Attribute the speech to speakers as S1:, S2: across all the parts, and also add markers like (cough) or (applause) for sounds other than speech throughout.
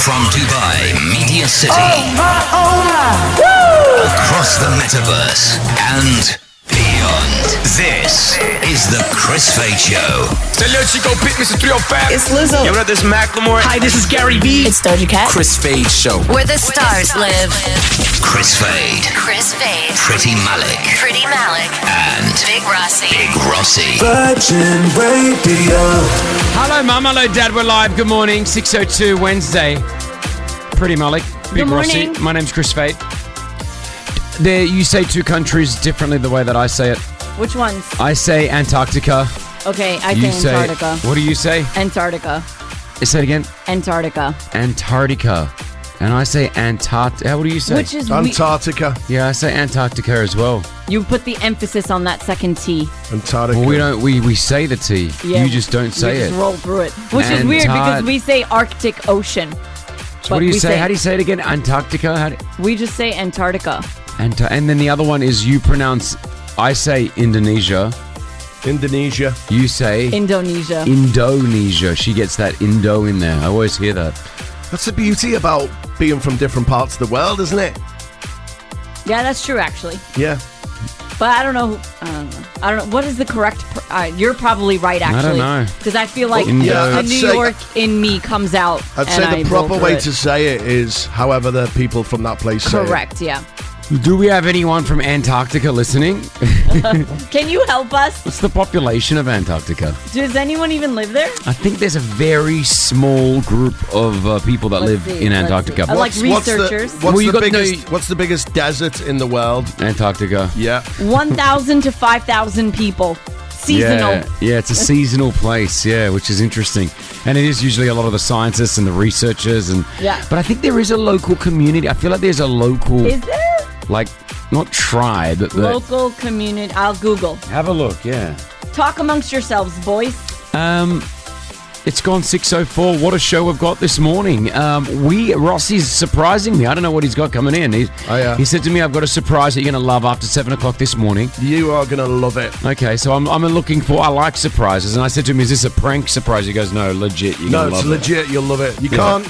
S1: From Dubai, Media City. Across the metaverse and beyond. This is the Chris Fade Show.
S2: Hello, Chico Pitt, Mr. 305.
S3: It's Lizzo.
S2: Yo, what up, this is Macklemore.
S4: Hi, this is Gary B.
S5: It's Doja Cat.
S2: Chris Fade Show.
S5: Where the stars live.
S1: Chris Fade,
S5: Chris Fade.
S1: Pretty Malik,
S5: Pretty Malik.
S1: and
S5: Big Rossi.
S1: Big Rossi.
S6: Virgin Radio.
S7: Hello, Mum. Hello, Dad. We're live. Good morning. 6.02 Wednesday. Pretty Malik. Big
S5: Good
S7: Rossi.
S5: morning.
S7: My name's Chris Fate. There, you say two countries differently the way that I say it.
S3: Which ones?
S7: I say Antarctica.
S3: Okay, I
S7: you
S3: say Antarctica.
S7: What do you say?
S3: Antarctica.
S7: Say it again.
S3: Antarctica.
S7: Antarctica. And I say Antarctica. What do you say?
S3: Which is we-
S8: Antarctica.
S7: yeah, I say Antarctica as well.
S3: you put the emphasis on that second T.
S8: Antarctica.
S7: Well, we don't. We, we say the T.
S3: Yeah,
S7: you just don't say
S3: we
S7: it.
S3: Just roll through it, which is weird because
S7: Antar-
S3: we say Arctic Ocean.
S7: what
S3: but
S7: do you
S3: we
S7: say?
S3: say-
S7: How do you say it again? Antarctica. How do,
S3: We just say Antarctica.
S7: Anta- and then the other one is you pronounce. I say Indonesia.
S8: Indonesia.
S7: You say
S3: Indonesia.
S7: Indonesia. She gets that Indo in there. I always hear that.
S8: That's the beauty about being from different parts of the world, isn't it?
S3: yeah, that's true actually.
S8: Yeah.
S3: But I don't know. who- I don't know. I don't know. What is the correct? Pr- uh, you're probably right
S7: don't
S3: actually.
S7: know.
S3: Because I feel like
S7: Well, yeah,
S3: the
S8: I'd
S3: New
S8: say-
S3: York in me comes out.
S8: I'd
S3: and
S8: say
S3: I
S8: the
S3: roll
S8: proper
S3: through
S8: way
S3: it.
S8: to say it is however the people from that place say it.
S3: Correct. Yeah.
S7: Do we have anyone from Antarctica listening? (laughs)
S3: Can you help us?
S7: What's the population of Antarctica?
S3: Does anyone even live there?
S7: I think there's a very small group of uh, people that
S3: Let's
S7: live
S3: see,
S7: in
S3: let's
S7: Antarctica.
S3: see. I like
S8: What's
S3: researchers.
S8: the,
S7: Well,
S8: what's
S7: you
S8: the
S7: got no-
S8: biggest, what's the biggest desert in the world?
S7: Antarctica.
S8: Yeah.
S3: 1,000 to 5,000 people. Seasonal.
S7: Yeah, yeah, it's a seasonal place, yeah, which is interesting. And it is usually a lot of the scientists and the researchers and
S3: Yeah.
S7: But I think there is a local community. I feel like there's a local
S3: Is there?
S7: like not tribe, but
S3: Local community. I'll Google.
S7: have a look, yeah.
S3: Talk amongst yourselves, boys.
S7: Um, it's gone 6.04. What a show we've got this morning. Um, we, Ross is surprising me. I don't know what he's got coming in. He,
S8: Oh, yeah.
S7: he said to me, I've got a surprise that you're going to love after 7 o'clock this morning.
S8: You are going to love it.
S7: Okay, so I'm, I'm looking for, I like surprises. And I said to him, is this a prank surprise? He goes, no, legit. You're
S8: No,
S7: gonna
S8: it's
S7: love It.
S8: legit. You'll love it. You can't.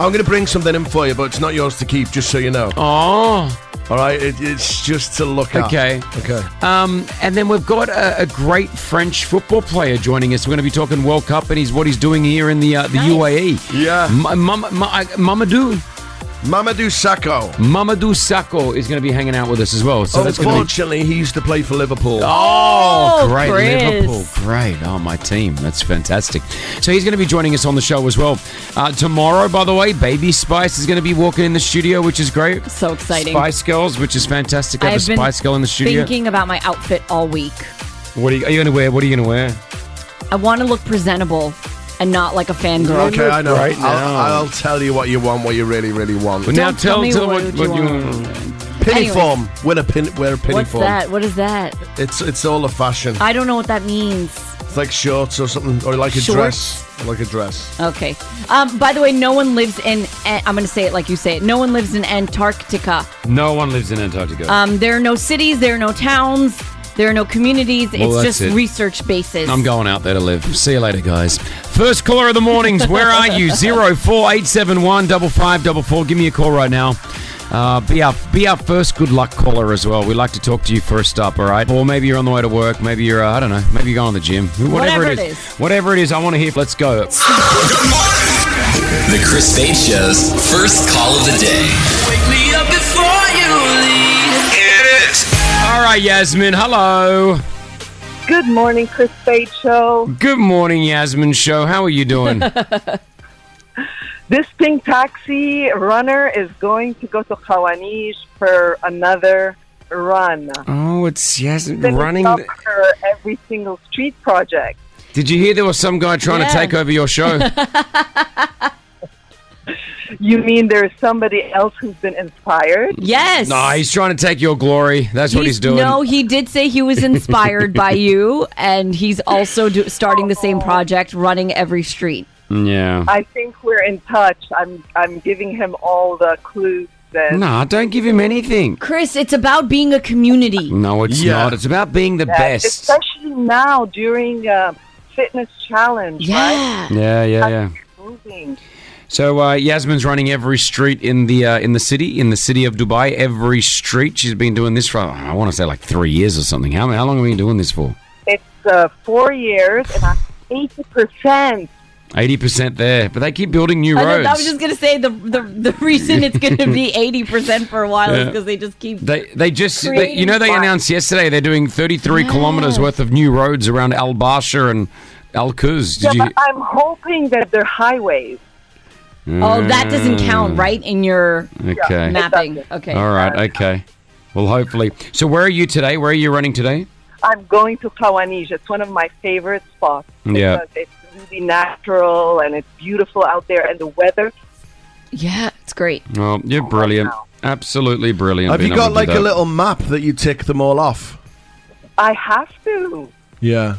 S8: I'm going to bring something in for you, but it's not yours to keep, just so you know.
S7: Oh,
S8: All right? It, it's just to look at.
S7: okay.
S8: Okay.
S7: Um, and then we've got a, a great French football player joining us. We're going to be talking World Cup and he's what he's doing here in the uh, the
S3: Nice.
S7: UAE.
S8: Yeah.
S7: M- Mama, Ma- Mamadou
S8: Mamadou Sakho.
S7: Mamadou Sakho is going to be hanging out with us as well. So that's going to be
S8: Unfortunately, he used to play for Liverpool.
S7: Oh,
S3: Oh,
S7: great
S3: Chris.
S7: Liverpool. Great. Oh, my team. That's fantastic. So he's going to be joining us on the show as well. Uh, tomorrow, by the way, Baby Spice is going to be walking in the studio, which is great.
S3: So exciting.
S7: Spice Girls, which is fantastic. Have a
S3: I've been
S7: Spice Girl in the studio.
S3: thinking about my outfit all week.
S7: What are you, are you going to wear? What are you going to wear?
S3: I want to look presentable and not like a fangirl.
S8: Okay, I know.
S7: Right now.
S8: I'll, I'll tell you what you want, what you really, really want.
S7: Well, now
S3: Don't tell me what you want.
S8: Piniform. Win a pin. Wear a
S3: What's
S8: piniform.
S3: that? What is that?
S8: It's it's all a fashion.
S3: I don't know what that means.
S8: It's like shorts or something, or like a
S3: Shorts?
S8: dress, like a dress.
S3: Okay. Um, by the way, no one lives in. eh, I'm going to say it like you say it. No one lives in Antarctica.
S7: No one lives in Antarctica.
S3: Um, there are no cities. There are no towns. There are no communities.
S7: Well,
S3: it's
S7: that's
S3: just
S7: it.
S3: research bases.
S7: I'm going out there to live. See you later, guys. First caller of the mornings. Where are
S3: (laughs)
S7: you? Zero four eight seven one double five double four. Give me a call right now. Uh, be our be our first good luck caller as well. We like to talk to you first up, all right? Or maybe you're on the way to work. Maybe you're uh, I don't know. Maybe you're going to the gym. Whatever,
S3: Whatever
S7: it
S3: it
S7: is.
S3: is.
S7: Whatever it is, I want to hear. Let's go.
S1: The Chris Fade Show's first call of the day. Wake me up before you leave. It is.
S7: All right, Yasmin. Hello.
S9: Good morning, Chris Fade Show.
S7: Good morning, Yasmin. Show. How are
S3: (laughs)
S7: you doing?
S9: This pink taxi runner is going to go to Khawanish for another run.
S7: oh, it's Yasmin
S9: Then we
S7: running.
S9: stop her every single street project.
S7: Did you hear there was some guy trying to
S3: Yeah.
S7: take over your show?
S9: (laughs) You mean there's somebody else who's been inspired?
S3: (laughs) Yes.
S7: no, he's trying to take your glory. That's what he's doing.
S3: No, he did say he was inspired
S7: (laughs)
S3: by you, and he's also do, starting the same project, running every street.
S7: Yeah.
S9: I think we're in touch. I'm I'm giving him all the clues. And
S7: No, don't give him anything.
S3: Chris, it's about being a community.
S7: No, it's
S8: Yeah.
S7: not. It's about being the
S9: that,
S7: best.
S9: especially now during uh, fitness challenge, right?
S3: Yeah.
S7: Yeah, yeah, yeah.
S9: Moving.
S7: So uh, Yasmin's running every street in the uh, in the city in the city of Dubai. Every street she's been doing this for. I want to say like three years or something. How how long have we been doing this for?
S9: It's uh, four years and I'm 80%.
S7: Eighty percent there, but they keep building new
S3: I, know-
S7: roads.
S3: I was just gonna say the the, the reason it's gonna
S7: (laughs)
S3: be eighty percent for a while is
S7: Yeah.
S3: because they just keep.
S7: They, they just they,
S3: Creating
S7: you know they
S3: spots.
S7: announced yesterday they're doing 33 kilometers worth of new roads around Al Basha and Al Kuz.
S9: Yeah,
S7: Did you?
S9: but I'm hoping that they're highways.
S3: Oh, that doesn't count, right? In your
S7: Okay.
S3: mapping. Okay.
S7: Mm. All right. Okay. Well, hopefully. So where are you today? Where are you running today?
S9: I'm going to Kawanij. It's one of my favorite spots.
S7: Yeah.
S9: Because it's really natural and it's beautiful out there, and the weather.
S3: Yeah, it's great.
S7: Oh, you're brilliant. Absolutely brilliant.
S8: Have you
S7: being able
S8: got
S7: to do
S8: like a
S7: that.
S8: little map that you tick them all off?
S9: I have to.
S8: Yeah.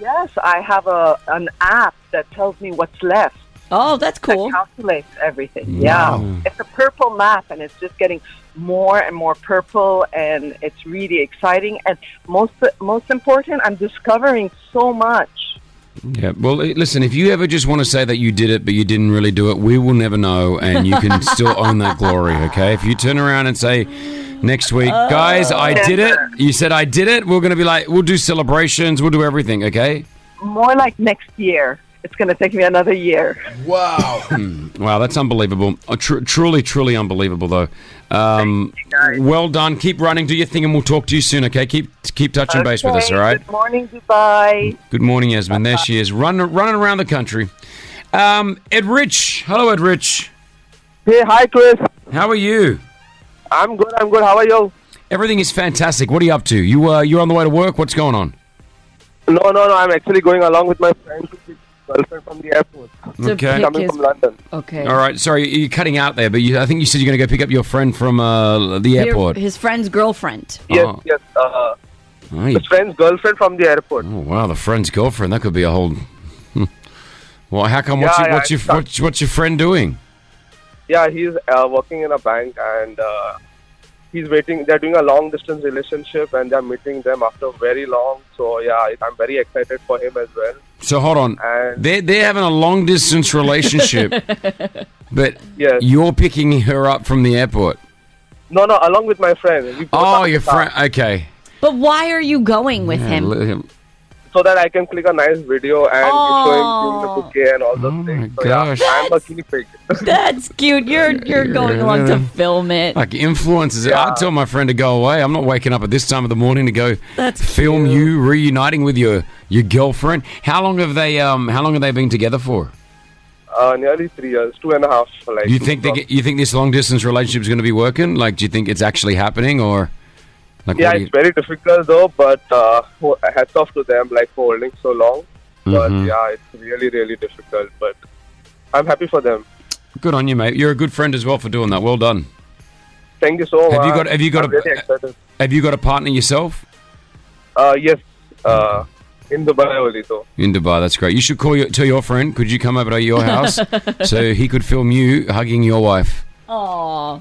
S9: Yes, I have a an app that tells me what's left.
S3: Oh, that's cool.
S9: That calculates everything. Yeah. It's a purple map, and it's just getting more and more purple, and it's really exciting. And most most important, I'm discovering so much.
S7: Yeah. Well, eh, listen. If you ever just want to say that you did it, but you didn't really do it, we will never know, and you can still own that glory. Okay. If you turn around and say next week, guys, I did it. You said I did it. We're gonna be like, we'll do celebrations. We'll do everything. Okay.
S9: More like next year. It's going to take me another year.
S7: Hmm. Wow, that's unbelievable. Uh, tr- truly, truly unbelievable, though. Um, well done. Keep running. Do your thing, and we'll talk to you soon. Okay. Keep keep touching base with us.
S9: Okay,
S7: All right.
S9: Good morning, Dubai.
S7: Good morning, Yasmin. There she is, run, running around the country. Um, Ed Rich. Hello, Ed Rich.
S4: Hey, hi, Chris.
S7: How are you?
S4: I'm good. I'm good. How are you?
S7: Everything is fantastic. What are you up to? You uh, you're on the way to work. What's going on?
S4: No, no, no. I'm actually going along with my friend, who's his girlfriend from the airport,
S3: To
S7: Okay.
S3: pick
S4: coming
S3: his-
S4: from London.
S3: okay.
S7: All right. Sorry, you're cutting out there, but you, I think you said you're going to go pick up your friend from uh, the
S3: Their-
S7: airport.
S3: His friend's girlfriend.
S4: Yes,
S7: Oh.
S4: yes. Uh,
S7: Oh, you-
S4: his friend's girlfriend from the airport.
S7: oh, wow, the friend's girlfriend. That could be a whole. Hmm. well, how come? What's
S4: Yeah,
S7: your
S4: yeah,
S7: what's your,
S4: it's-
S7: what's, what's your friend doing?
S4: Yeah, he's uh, working in a bank and uh, he's waiting. They're doing a long distance relationship and they're meeting them after very long. So yeah, I- I'm very excited for him as well.
S7: So hold on.
S4: And-
S7: They're they're having a long
S4: (laughs)
S7: distance relationship, but
S4: Yes.
S7: you're picking her up from the airport.
S4: No, no, along with my friend. We both
S7: Oh,
S4: are
S7: your friend. Okay.
S3: But why are you going with
S7: Yeah,
S3: him?
S7: let him-
S4: So that I can click a nice video and
S3: Oh.
S4: show him the bouquet and all those
S7: Oh
S4: things.
S7: my
S4: so yeah,
S7: gosh.
S4: I'm a guinea pig.
S3: (laughs) That's cute. You're you're going along
S7: (laughs)
S3: to film it.
S7: Like influences. it. I tell my friend to go away. I'm not waking up at this time of the morning to go
S3: That's
S7: film
S3: cute.
S7: you reuniting with your your girlfriend. How long have they um How long have they been together for?
S4: Uh, nearly three years, two and a half. Like
S7: Do you think they get, you think this long distance relationship is going to be working? Like, do you think it's actually happening or? Like,
S4: Yeah,
S7: what do
S4: it's very difficult though, but uh, ho- hats off to them like for holding so long. But
S7: Hmm. Mm-hmm.
S4: yeah, it's really really difficult. But I'm happy for them.
S7: you- good on you, mate. You're a good friend as well for doing that. Well done.
S4: Thank you so
S7: Have
S4: much.
S7: you got- have you got
S4: I'm
S7: a-
S4: really excited.
S7: Have you got a partner yourself
S4: Uh, yes, uh,
S7: Hmm.
S4: in Dubai only though.
S7: in Dubai? That's great. You should call your, tell your friend. Could you come over to your
S3: (laughs)
S7: house so he could film you hugging your wife?
S3: Aw.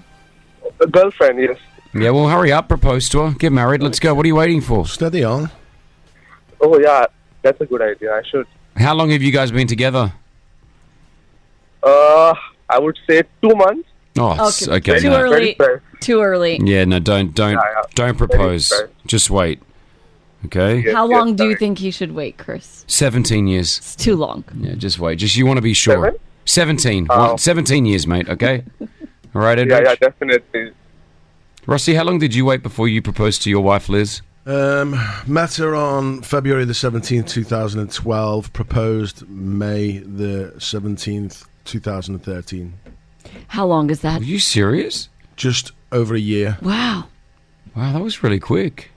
S4: A girlfriend, yes.
S7: Yeah, well, hurry up, propose to her, get married, let's go. What are you waiting for?
S8: Steady on.
S4: Oh yeah, that's a good idea. I should.
S7: How long have you guys been together?
S4: Uh, I would say two months.
S7: Oh, it's-
S3: Okay,
S7: okay.
S3: too
S7: no.
S3: early.
S4: Very fresh.
S3: Too early.
S7: Yeah, no, don't, don't,
S4: yeah.
S7: don't propose.
S4: Very fair.
S7: Just wait. Okay,
S4: Yes,
S3: How
S4: yes,
S3: long do you
S4: sorry.
S3: think he should wait, Chris?
S7: seventeen years.
S3: It's too long.
S7: Yeah, just wait. Just you want to be sure.
S4: Seven?
S7: Seventeen.
S4: Oh.
S7: One- Seventeen years, mate.
S4: (laughs)
S7: Okay. All right,
S4: Yeah,
S7: Edward.
S4: yeah, definitely.
S7: Rossi, how long did you wait before you proposed to your wife, Liz?
S8: Um, met her on February the 17th, 2012. Proposed May the 17th, 2013.
S3: How long is that?
S7: Are you serious?
S8: Just over a year.
S3: Wow.
S7: Wow, that was really quick.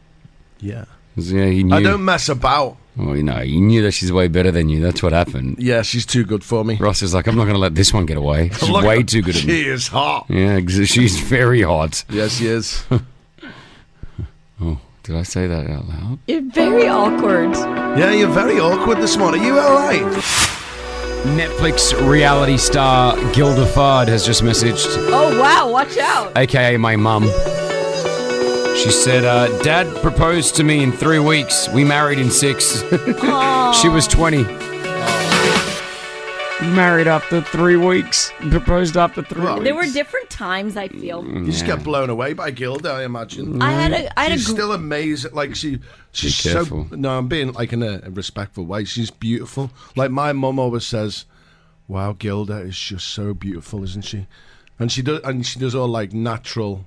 S8: Yeah.
S7: Yeah, he knew.
S8: I don't mess about.
S7: Well, you know, he knew that she's way better than you. That's what happened.
S8: Yeah, she's too good for me.
S7: Ross is like, I'm not going to let this one get
S8: (laughs)
S7: away. She's
S8: Look
S7: way
S8: at-
S7: too good at me.
S8: She is hot.
S7: Yeah, ex- she's very hot.
S8: Yes, she is.
S7: (laughs) Oh, did I say that out loud?
S3: You're very awkward.
S8: yeah, you're very awkward this morning. Are you all right?
S7: Netflix reality star Gilda Fard has just messaged,
S3: Oh wow, watch out.
S7: aka my mum. She said, uh, Dad proposed to me in three (laughs) weeks. We married in six. she was 20. Married after three weeks. Proposed after three
S8: Well,
S7: weeks.
S3: There were different times I feel.
S7: Mm.
S8: You just get blown away by Gilda, I imagine. Mm.
S3: I had a I had a
S8: she's
S3: gr-
S8: still amazing. Like she, she's
S7: careful.
S8: so. No, I'm being like in a, a respectful way. She's beautiful. Like my mum always says, "Wow, Gilda is just so beautiful, isn't she?" And she does, and she does all like natural.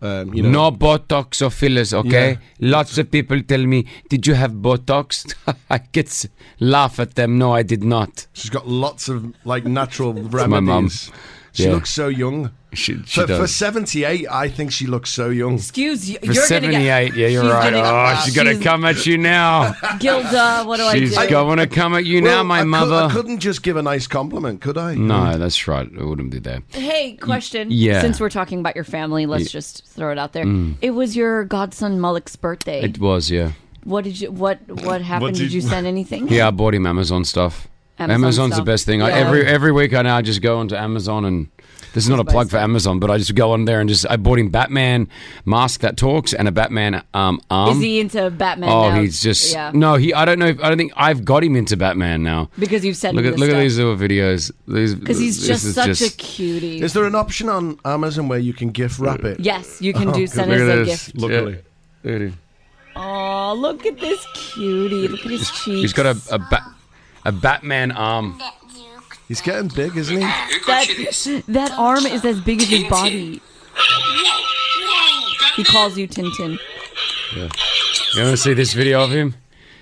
S8: Um, you know,
S7: No Botox or fillers, okay? Lots of people tell me, Did you have Botox? (laughs) I get s- laugh at them. No, I did not.
S8: she's got lots of
S7: (laughs)
S8: like natural remedies.
S7: my mum.
S8: She
S7: Yeah.
S8: looks so young.
S7: She, she
S8: for, for
S7: does.
S8: 78, I think she looks so young.
S3: excuse you.
S7: For
S3: you're gonna get-
S7: 78, (laughs) yeah, you're
S3: she's
S7: right.
S3: gonna-
S7: oh, she's going to come at you
S3: (laughs)
S7: now.
S3: Gilda, what do
S7: She's
S3: I do?
S7: going to come at you now,
S8: Well,
S7: my
S8: I cou- I
S7: mother.
S8: couldn't just give a nice compliment, could I?
S7: no, that's right. It wouldn't be there.
S3: hey, question.
S7: yeah. Mm.
S3: Since we're talking about your family, let's just throw it out there. It was your godson Mullick's birthday.
S7: It was, yeah.
S3: what did you what what happened? did,
S8: did-
S3: you send anything?
S7: Yeah, I bought him Amazon stuff.
S3: Amazon
S7: Amazon's
S3: stuff.
S7: the best thing. I,
S3: Yeah.
S7: every every week I now just go onto Amazon and this is not a plug for Amazon, but I just go on there and just I bought him Batman mask that talks and a Batman um arm.
S3: Is he into Batman?
S7: Oh,
S3: now?
S7: he's just
S3: yeah.
S7: no. He I don't know. If, I don't think I've got him into Batman now.
S3: because you've sent
S7: Look
S3: him
S7: at
S3: this
S7: look at
S3: stuff.
S7: these little videos.
S3: Because he's just such a cutie.
S8: Is there an option on Amazon where you can gift wrap it? Oh,
S3: yes, you can do send
S7: look
S3: us
S7: at
S3: a
S7: this.
S3: gift.
S8: Luckily.
S7: Yeah. Look at him.
S3: Oh, look at this cutie. Look at his cheeks.
S7: He's got a a, ba- a Batman arm.
S8: He's getting big, isn't he?
S3: that, that arm is as big as his body. He calls you Tintin.
S7: You want to see this video of him?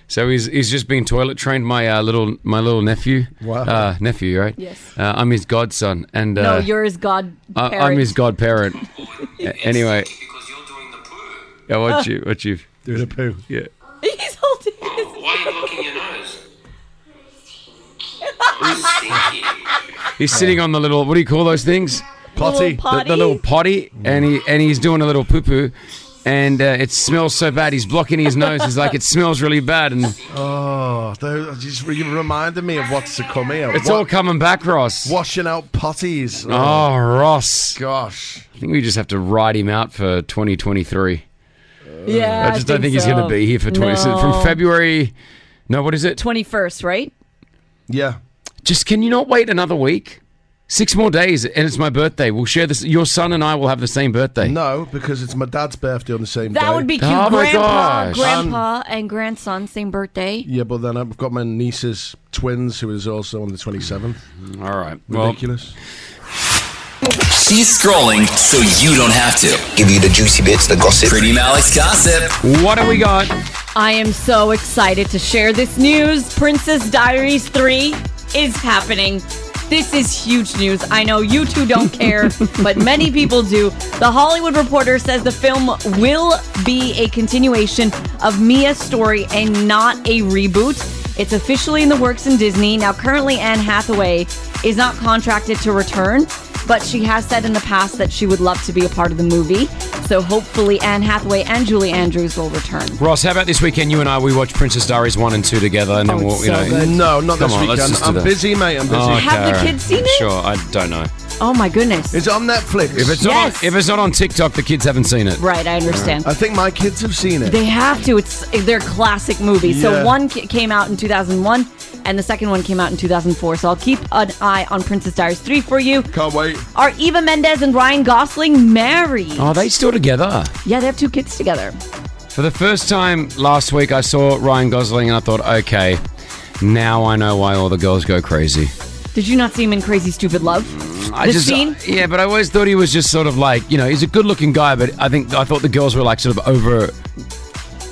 S7: So he's he's just been toilet trained. My uh, little my little nephew.
S8: Wow.
S7: Uh, nephew, right?
S3: Yes.
S7: Uh, I'm his godson, and
S3: No,
S7: uh,
S3: you're his god
S7: I,
S3: parent.
S7: I'm his godparent.
S3: (laughs)
S7: A- anyway,
S10: Because you're doing the poo.
S7: I
S3: Ah.
S7: watch you. Watch you.
S8: Doing a poo.
S7: Yeah.
S3: He's holding his.
S10: Why are you looking your nose? Stinky.
S7: He's sitting on the little. What do you call those things?
S8: Potty.
S3: pot-
S7: the, the little potty, and he and he's doing a little poo poo, and uh, it smells so bad. He's blocking his nose. He's like, it smells really bad, and
S8: (laughs) Oh, though, just re- you reminded me of what's to come here.
S7: it's
S8: Wa-
S7: all coming back, Ross.
S8: washing out potties.
S7: Oh, Ross!
S8: gosh.
S7: I think we just have to write him out for 2023.
S3: Yeah.
S7: I just don't think he's going to be here for 20 so from February. No, what is it?
S3: Twenty first, right?
S8: Yeah.
S7: Just can you not wait another week? Six more days, and it's my birthday. We'll share this. Your son and I will have the same birthday.
S8: No, because it's my dad's birthday on the same day.
S3: That would be cute.
S7: Oh my
S3: grandpa,
S7: gosh.
S3: grandpa, and grandson, same birthday.
S8: Yeah, but then I've got my niece's twins who is also on the 27th.
S7: All right. Well,
S8: Ridiculous.
S1: She's scrolling so you don't have to. Give you the juicy bits, the gossip. Pretty Malik's gossip.
S7: what do we got?
S3: I am so excited to share this news. Princess Diaries 3 is happening. This is huge news. I know you two don't care, but many people do. The Hollywood Reporter says the film will be a continuation of Mia's story and not a reboot. It's officially in the works in Disney. Now, currently, Anne Hathaway is not contracted to return, but she has said in the past that she would love to be a part of the movie. So, hopefully, Anne Hathaway and Julie Andrews will return.
S7: Ross, how about this weekend? You and I, we watch Princess Diaries 1 and 2 together, and then
S3: Oh,
S7: we'll,
S3: it's
S7: you
S3: so
S7: know.
S3: good.
S8: No, not
S7: Come
S8: this
S7: on, let's
S8: weekend.
S7: just do
S8: I'm
S7: that.
S8: busy, mate. I'm busy.
S7: Oh,
S3: Have the
S7: all
S3: kids seen it?
S7: Sure, I don't know.
S3: Oh my goodness.
S8: It's on Netflix.
S7: If it's,
S3: Yes.
S7: not on, if it's not on TikTok, the kids haven't seen it.
S3: right, I understand.
S8: I think my kids have seen it.
S3: They have to. It's they're classic movies.
S8: Yeah.
S3: So one ca- came out in 2001 and the second one came out in 2004. So I'll keep an eye on Princess Diaries 3 for you.
S8: Can't wait.
S3: Are Eva Mendes and Ryan Gosling married?
S7: Are they still together?
S3: Yeah, they have two kids together.
S7: For the first time last week, I saw Ryan Gosling and I thought, okay, now I know why all the girls go crazy.
S3: Did you not see him in Crazy Stupid Love?
S7: I
S3: The
S7: just, uh,
S3: scene?
S7: yeah, but I always thought he was just sort of like, you know, he's a good-looking guy, but I think I thought the girls were like sort of over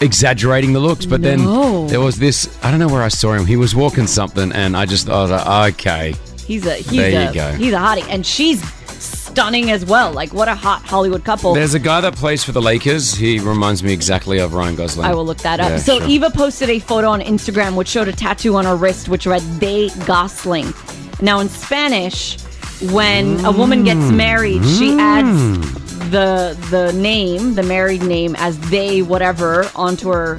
S7: exaggerating the looks. But
S3: No.
S7: then there was this, I don't know where I saw him. He was walking something, and I just I was like, okay,
S3: He's a he's
S7: There you
S3: a
S7: go.
S3: he's a hottie and she's stunning as well. Like what a hot Hollywood couple.
S7: There's a guy that plays for the Lakers. He reminds me exactly of Ryan Gosling.
S3: I will look that up.
S7: Yeah,
S3: so
S7: sure.
S3: Eva posted a photo on Instagram which showed a tattoo on her wrist which read "They Gosling." Now in Spanish, when a woman gets
S7: Mm.
S3: married, she adds the the name, the married name as "they" whatever onto her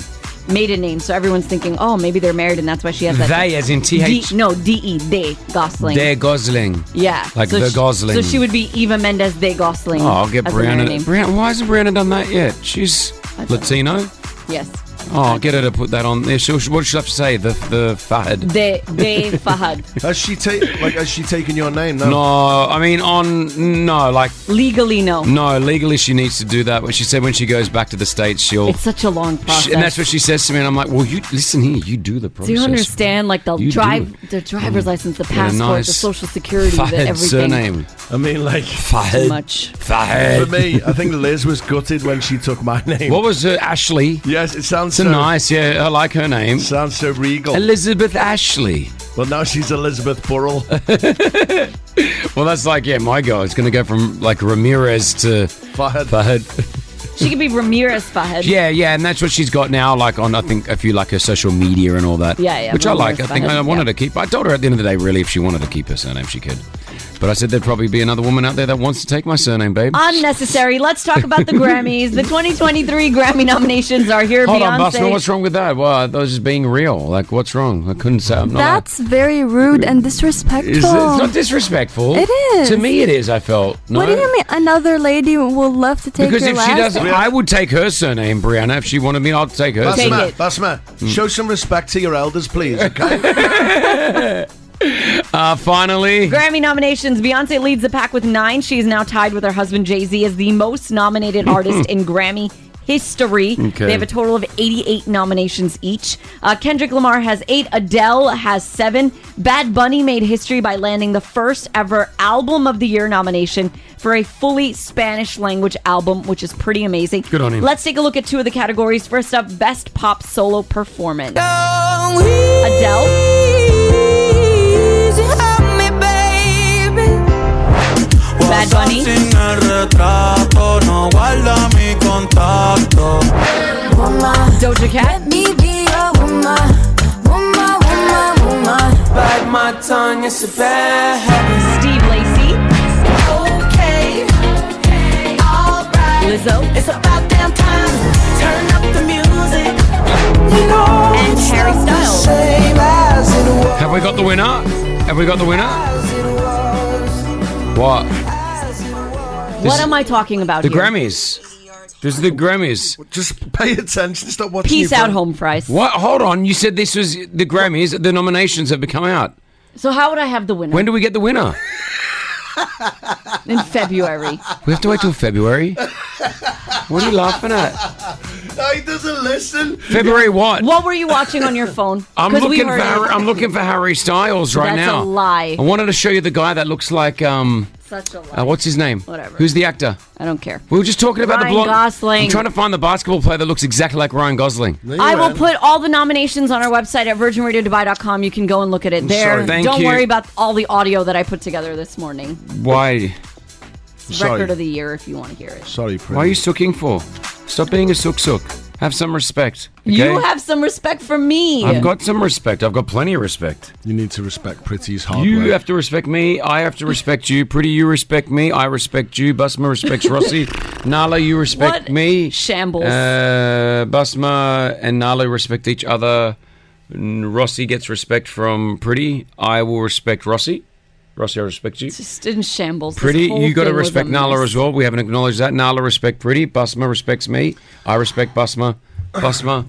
S3: maiden name. So everyone's thinking, oh, maybe they're married, and that's why she has that.
S7: They, as in T
S3: D-
S7: H.
S3: no, D E, they Gosling.
S7: De Gosling.
S3: yeah,
S7: Like the
S3: she-
S7: Gosling.
S3: So she would be Eva Mendes de Gosling.
S7: Oh, I'll get
S3: as the married
S7: Brianna.
S3: name.
S7: Brianna. Why hasn't Brianna done that yet? She's Latino.
S3: Yes.
S7: Oh, get her to put that on there. She, what does she have to say? The the fahad.
S3: They,
S7: (laughs)
S3: they Fahad.
S8: Has she take like has she taken your name? No.
S7: No, I mean on no, like
S3: Legally, no.
S7: no. Legally, she needs to do that. But she said when she goes back to the states, she'll.
S3: It's such a long process.
S7: She- and that's what she says to me, and I'm like, "Well, you listen here. You do the process.
S3: Do you understand? Like the
S7: You
S3: drive, the driver's license, the
S7: Get a
S3: passport, the
S7: nice
S3: social security, the
S7: Fahad
S3: everything.
S7: surname.
S8: I mean, like
S3: Too
S7: Fahad.
S3: much.
S8: for
S7: Fahad.
S8: me, I think Liz was gutted when she took my name.
S7: What was her? Ashley.
S8: Yes, it sounds
S7: It's a
S8: so
S7: nice. Yeah, I like her name.
S8: sounds so regal.
S7: Elizabeth Ashley.
S8: well, now she's Elizabeth Burrell.
S7: (laughs) Well, that's like yeah, my God, It's gonna go from like Ramirez to
S8: Fahad.
S7: Fahad. (laughs)
S3: She could be Ramirez Fahad.
S7: Yeah, yeah, and that's what she's got now, like on I think a few like her social media and all that.
S3: Yeah, yeah,
S7: Which I
S3: Ramirez
S7: like. I think
S3: Fahad,
S7: I wanted
S3: yeah.
S7: to keep. I told her at the end of the day, really, if she wanted to keep her surname, she could. But I said there'd probably be another woman out there that wants to take my surname, babe.
S3: Unnecessary. Let's talk about the Grammys. The 2023 Grammy nominations are here.
S7: Hold
S3: Beyonce.
S7: on, Buster. What's wrong with that? Well, I thought it was just being real. Like, what's wrong? I couldn't say I'm not.
S11: That's very rude and disrespectful.
S7: Is it- it's not disrespectful.
S11: It is.
S7: To me, it is. I felt. No?
S11: What do you mean another lady will love to take
S7: Because
S11: your
S7: if
S11: last
S7: she doesn't,
S11: name?
S7: I would take her surname, Brianna. If she wanted me, I'd take her.
S3: Take
S7: surname.
S8: Basma,
S3: it.
S8: Basma, show some respect to your elders, please.
S7: (laughs)
S8: Okay.
S7: Uh, finally,
S3: Grammy nominations. Beyonce leads the pack with nine. She is now tied with her husband Jay Z as the most
S7: (clears throat)
S3: nominated artist in Grammy history.
S7: Okay.
S3: They have a total of 88 nominations each. Uh, Kendrick Lamar has eight. Adele has seven. Bad Bunny made history by landing the first ever Album of the Year nomination for a fully Spanish language album, which is pretty amazing.
S7: Good on him.
S3: Let's take a look at two of the categories. First up, Best Pop Solo Performance. Adele. Bad Bunny. Doja Cat. Steve Lacy. Lizzo. And Harry Styles.
S7: have we got the winner? Have we got the winner? What?
S3: What am I talking about
S7: The
S3: here?
S7: Grammys. This is the Grammys.
S8: Just pay attention. Stop watching.
S3: Peace
S8: your
S3: out,
S8: phone.
S3: home fries.
S7: What? Hold on. You said this was the Grammys. The nominations have become out.
S3: So how would I have the winner
S7: When do we get the winner?
S3: in February?
S7: We have to wait till February. What are you laughing at?
S8: No, (laughs) he doesn't listen.
S7: February what?
S3: what were you watching on your phone?
S7: (laughs) I'm
S3: 'Cause
S7: looking for
S3: heard
S7: Harry,
S3: it. (laughs)
S7: I'm looking for Harry Styles right
S3: That's
S7: now.
S3: a lie.
S7: I wanted to show you the guy that looks like um,
S3: Such a lie.
S7: uh, what's his name?
S3: Whatever.
S7: Who's the actor?
S3: I don't care.
S7: We were just talking about
S3: Ryan
S7: the blonde.
S3: Gosling.
S7: I'm trying to find the basketball player that looks exactly like Ryan Gosling.
S8: There you
S3: I will
S8: are.
S3: put all the nominations on our website at virginradiodubai.com. You can go and look at it there.
S7: sorry. Thank
S3: Don't
S7: you.
S3: worry about all the audio that I put together this morning.
S7: Why?
S3: It's
S8: Sorry.
S3: record of the year if you want to hear it.
S8: Sorry,
S7: Why are you
S8: Prince.
S7: sooking for? Stop being a sook sook. Have some respect.
S3: You
S7: okay?
S3: have some respect for me.
S7: I've got some respect. I've got plenty of respect.
S8: You need to respect Pretty's hard
S7: You
S8: work.
S7: have to respect me. I have to respect you. Pretty, you respect me. I respect you.
S3: (laughs)
S7: Basma respects Rossi. Nala, you respect
S3: What
S7: me.
S3: shambles.
S7: Uh, Basma and Nala respect each other. N- Rossi gets respect from Pretty. I will respect Rossi. Rossi, I respect you.
S3: just in shambles. This
S7: Pretty,
S3: whole
S7: you got to
S3: thing was a
S7: respect Nala
S3: mess.
S7: as well. We haven't acknowledged that. Nala respect Pretty. Basma respects me. I respect Basma. Basma.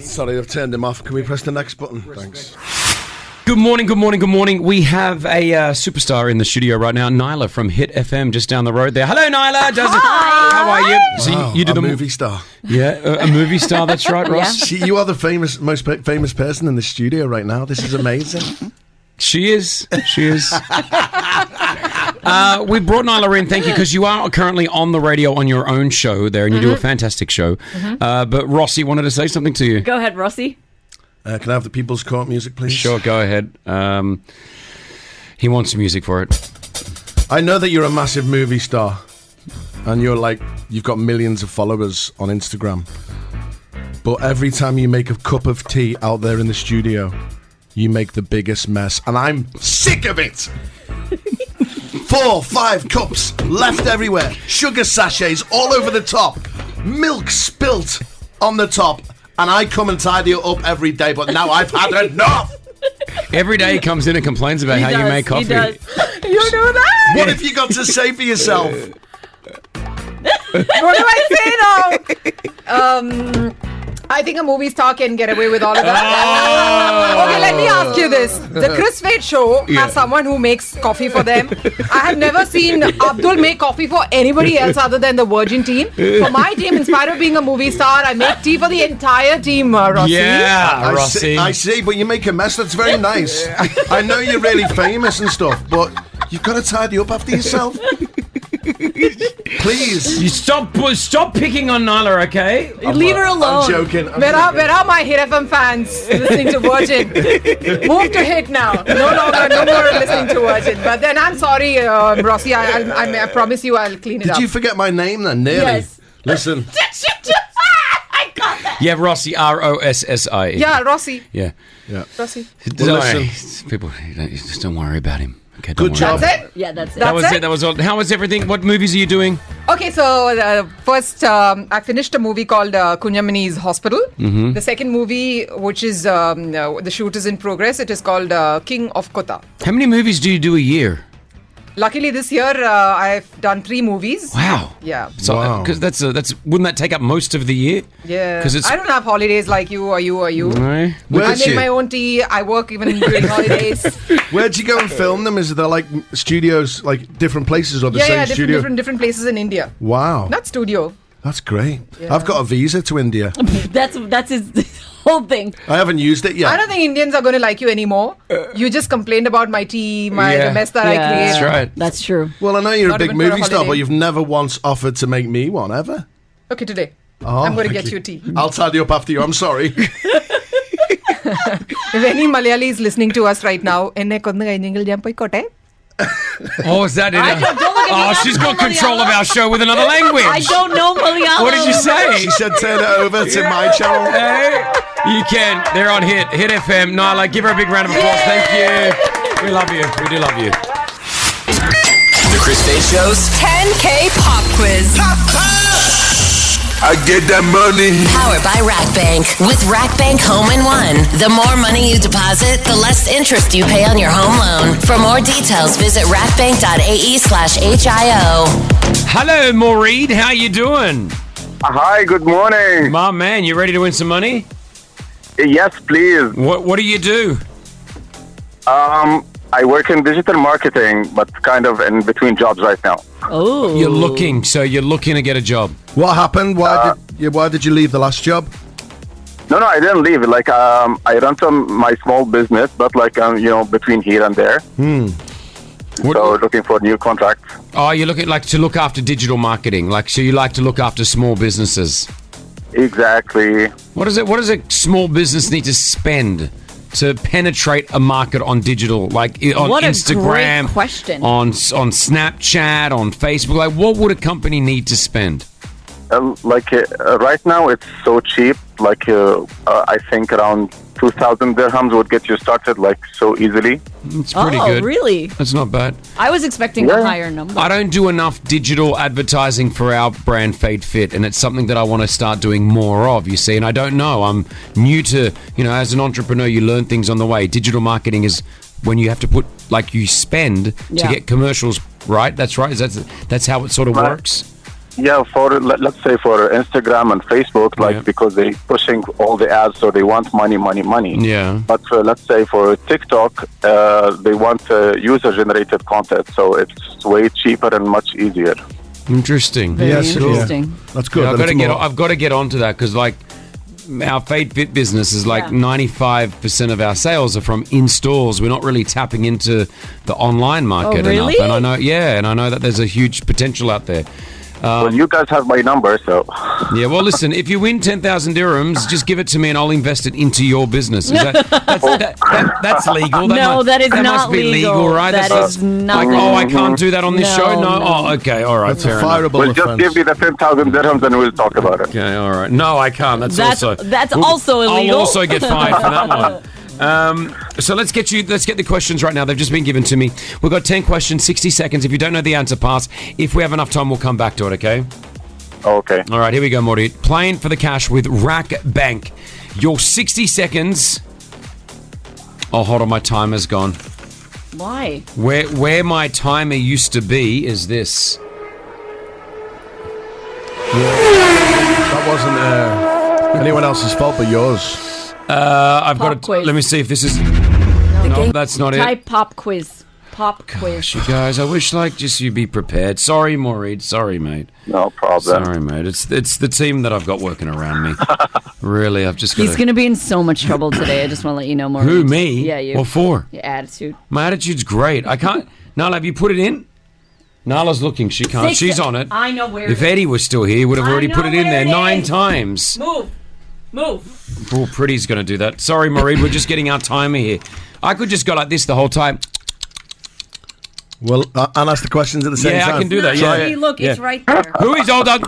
S8: Sorry, I've turned him off. Can we press the next button? Thanks.
S7: Good morning, good morning, good morning. We have a uh, superstar in the studio right now, Nyla from Hit FM, just down the road there. Hello, Nyla. Does How are you? So you-
S8: Wow,
S7: you, do
S8: a
S7: the mo-
S8: movie star.
S7: yeah, a, a movie star. That's right, Ross.
S8: She, you are the famous, most pa- famous person in the studio right now. This is amazing.
S7: She is. She is. uh, we brought Nyla in. Thank you, because you are currently on the radio on your own show there, and you
S12: Mm-hmm.
S7: do a fantastic show. Uh, but Rossi wanted to say something to you.
S3: Go ahead, Rossi.
S8: Uh, can I have the People's Court music, please?
S7: Sure, go
S8: (laughs)
S7: ahead. Um, he wants music for it.
S8: I know that you're a massive movie star, and you're like you've got millions of followers on Instagram. But every time you make a cup of tea out there in the studio, you make the biggest mess, and I'm sick of it. (laughs) Four, five cups left everywhere, sugar sachets all over the top, milk spilt on the top, and I come and tidy it up every day. But now
S3: (laughs)
S8: I've had enough.
S7: Every day he comes in and complains about
S3: He
S7: how
S3: does.
S7: you make coffee.
S3: He does. you do that?
S8: What have you got to say for yourself?
S3: What do I say though? Um,
S12: I think a movie star can get away with all of that. okay, let me ask you this: The Chris Fade Show
S13: Yeah.
S12: has someone who makes coffee for them. I have never seen Abdul make coffee for anybody else other than the Virgin team. For my team, in spite of being a movie star, I make tea for the entire team, uh, Rossi.
S8: I See, I see, but you make a mess. That's very nice. I know you're really famous and stuff, but you've got to tidy up after yourself. Please.
S7: You stop stop picking on Nyla, okay?
S12: Leave her alone. where are where are my Hit FM fans listening to Virgin?
S8: (laughs)
S12: Move to Hit now. No longer, no more listening to Virgin. But then I'm sorry, uh, Rossi. I, I'll, I, I promise you, I'll clean it
S8: Did
S12: up.
S8: you forget my name then? Nearly.
S12: Yes.
S8: Listen.
S7: Yeah, Rossi, R O S S I
S12: (laughs)
S7: E.
S12: yeah, Rossi.
S7: Yeah.
S8: Yeah.
S12: Rossi.
S7: Don't worry. People, you don't, you just don't worry about him. Okay, don't
S8: Good
S7: worry
S8: job.
S7: about
S12: That's it. Yeah, that's it.
S7: That was it. That was all. How was everything? What movies are you doing?
S12: Okay, so uh, first, um, I finished a movie called uh, Kunyamani's Hospital.
S7: Mhm.
S8: Mm-hmm.
S12: The second movie, which is um, uh, the shoot is in progress, it is called uh, King of Kota.
S7: How many movies do you do a year?
S12: Luckily, this year uh, I've done three movies.
S7: Wow.
S12: Yeah.
S7: So,
S8: uh,
S7: because that's a, that's wouldn't that take up most of the
S8: (laughs)
S7: year?
S12: Yeah.
S7: 'Cause it's-
S12: I don't have holidays like you or you or you.
S7: No.
S8: Look
S12: I
S8: at
S12: make
S8: you.
S12: my own tea. I work even
S8: (laughs)
S12: during holidays.
S8: Where'd you go and film them? Is there like m- studios, like different places or the
S12: yeah,
S8: same
S12: yeah, different,
S8: studio? Oh.
S12: different different places in India.
S8: Wow.
S12: Not studio.
S8: That's great.
S12: Yeah.
S8: I've got a visa to India.
S12: That's that's his (laughs) whole thing.
S8: I haven't used it
S12: I
S8: yet.
S12: don't think Indians are going to like you anymore.
S8: Uh.
S12: you just complained about my tea, my the mess that I create.
S8: That's
S3: true.
S8: Well, I know you're
S12: Not
S8: a big
S12: even for a
S8: movie star,
S12: holiday.
S8: but you've never once offered to make me one ever.
S12: Okay, today.
S8: Oh,
S12: I'm going to
S8: thank
S12: get you tea.
S8: I'll tidy up after you. I'm sorry.
S12: If any Malayali is listening to us right now, (laughs) എന്നെ കൊന്നു കഴിഞ്ഞെങ്കിൽ ഞാൻ പോയിക്കോട്ടെ
S7: Oh, is that it?
S12: I don't- don't look at me,
S7: oh,
S12: I'm
S7: she's
S12: not
S7: got control of
S12: Malayalam.
S7: our show with another language.
S12: I don't know Malayalam.
S7: What did you say?
S8: She said, turn it over to my channel.
S7: Hey, you can. They're on Hit. Hit FM. Nyla, give her a big round of applause. Thank you. We love you. We do love you.
S1: The Chris Fade Show's
S5: 10K pop quiz.
S1: I get that money.
S5: Powered by RackBank. With RackBank Home in One. The more money you deposit, the less interest you pay on your home loan. For more details, visit rackbank.ae slash HIO.
S7: Hello, Maureen. How you doing?
S14: Hi. Good morning.
S7: My man, you ready to win some money?
S14: Yes, please.
S7: What What do you do?
S14: Um, I work in digital marketing, but kind of in between jobs right now.
S3: Oh,
S7: You're looking. So you're looking to get a job.
S8: What happened? Why
S7: Uh,
S8: did you, why did you leave the last job?
S14: No, no, I didn't leave. Like, um, I run some my small business, but like, um, you know, between here and there.
S7: Hmm.
S14: so looking for new contracts.
S7: Oh, you're looking like to look after digital marketing. Like, so you like to look after small businesses.
S14: Exactly.
S7: What is it? What does a small business need to spend to penetrate a market on digital, like i- on
S3: What a
S7: Instagram,
S3: great question.
S7: on s- on Snapchat, on Facebook? Like, what would a company need to spend?
S14: Uh, like uh, uh, right now, it's so cheap. Like, uh, uh, I think around two thousand dirhams would get you started like so easily.
S7: It's pretty
S3: oh,
S7: good.
S3: really?
S7: That's not bad.
S3: I was expecting a higher number.
S7: I don't do enough digital advertising for our brand Fade Fit, and it's something that I want to start doing more of, you see. And I don't know. I'm new to, you know, as an entrepreneur, you learn things on the way. Digital marketing is when you have to put, like, you spend
S14: Yeah.
S7: to get commercials, right? That's right. Is that, that's how it sort of
S14: Right.
S7: works.
S14: Yeah, for let, let's say for Instagram and Facebook, like because they pushing all the ads, so they want money, money, money.
S7: Yeah.
S14: But for, let's say for TikTok, uh, they want uh, user-generated content, so it's way cheaper and much easier.
S7: Oh, Interesting.
S14: Very Yes, cool. interesting.
S8: That's good.
S7: I've got
S8: Then
S7: to
S8: it's
S7: get.
S8: more-
S7: I've got to get onto that because like our Fade Fit business is like
S8: Yeah.
S7: ninety five percent of our sales are from in stores. We're not really tapping into the online
S3: Oh,
S7: market
S14: really?
S7: enough. And I know, yeah, and I know that there's a huge potential out there. Um,
S14: well, you guys have my number, so.
S7: yeah, well, listen, if you win 10,000 dirhams, just give it to me and I'll invest it into your business. Is
S3: (laughs)
S7: that, that's, that, that, that's legal. That
S3: No,
S7: mu-
S3: that is
S7: that
S3: not
S7: must be legal,
S3: legal.
S7: right?
S3: That
S7: That's-
S3: is not
S7: like, Oh, I
S14: legal.
S7: can't do that on
S14: No,
S7: this show? No.
S14: no.
S7: Oh, okay. All right.
S8: That's a
S7: fair enough.
S8: fireable
S14: Well, just give me the ten thousand dirhams and we'll talk about it.
S7: Okay, all right. No, I can't. That's,
S3: That's-
S7: also
S3: that's also illegal.
S7: I'll also get fined for that one. Um, so let's get you. Let's get the questions right now. They've just been given to me. We've got ten questions, sixty seconds. If you don't know the answer, pass. If we have enough time, we'll come back to it. Okay.
S14: Okay.
S7: All right. Here we go, Morty. Playing for the cash with Rack Bank. Your sixty seconds. Oh, hold on. My timer's gone.
S3: Why?
S7: Where where my timer used to be is this.
S8: That wasn't. Uh, Anyone else's fault but yours?
S7: Uh, I've got.
S3: quiz.
S7: Let me see if this is.
S3: game-
S7: No, that's not it.
S3: Type pop quiz. Pop quiz.
S7: You guys, I wish like just you be prepared. Sorry, Maureen. Sorry, mate.
S14: No problem.
S7: Sorry, mate. It's it's the team that I've got working
S14: (laughs)
S7: around me. really, I've just got.
S3: He's going to be in so much trouble today. I just want to let you know more.
S7: Who, me?
S3: Yeah, you.
S7: What for?
S3: Your attitude.
S7: My attitude's great. I can't. Nala, have you put it in? Nala's looking. She can't.
S3: Six-
S7: She's on it.
S3: I know where
S7: If
S3: it is.
S7: Eddie was still here, he would have
S3: I
S7: already
S3: know
S7: put it in
S3: where
S7: there
S3: it
S7: nine
S3: is.
S7: times.
S3: Move. Move.
S7: Oh, Pretty's going to do that. Sorry, Maureen. we're just getting our timer here. I could just go like this the whole time.
S8: Well, uh, and ask the questions at the same
S7: Yeah, I
S8: time.
S7: can do that,
S8: Try
S7: yeah.
S8: it.
S3: Hey, look, it's
S7: Yeah. (laughs)
S8: (laughs)
S3: right there.
S7: Who is old? Doug?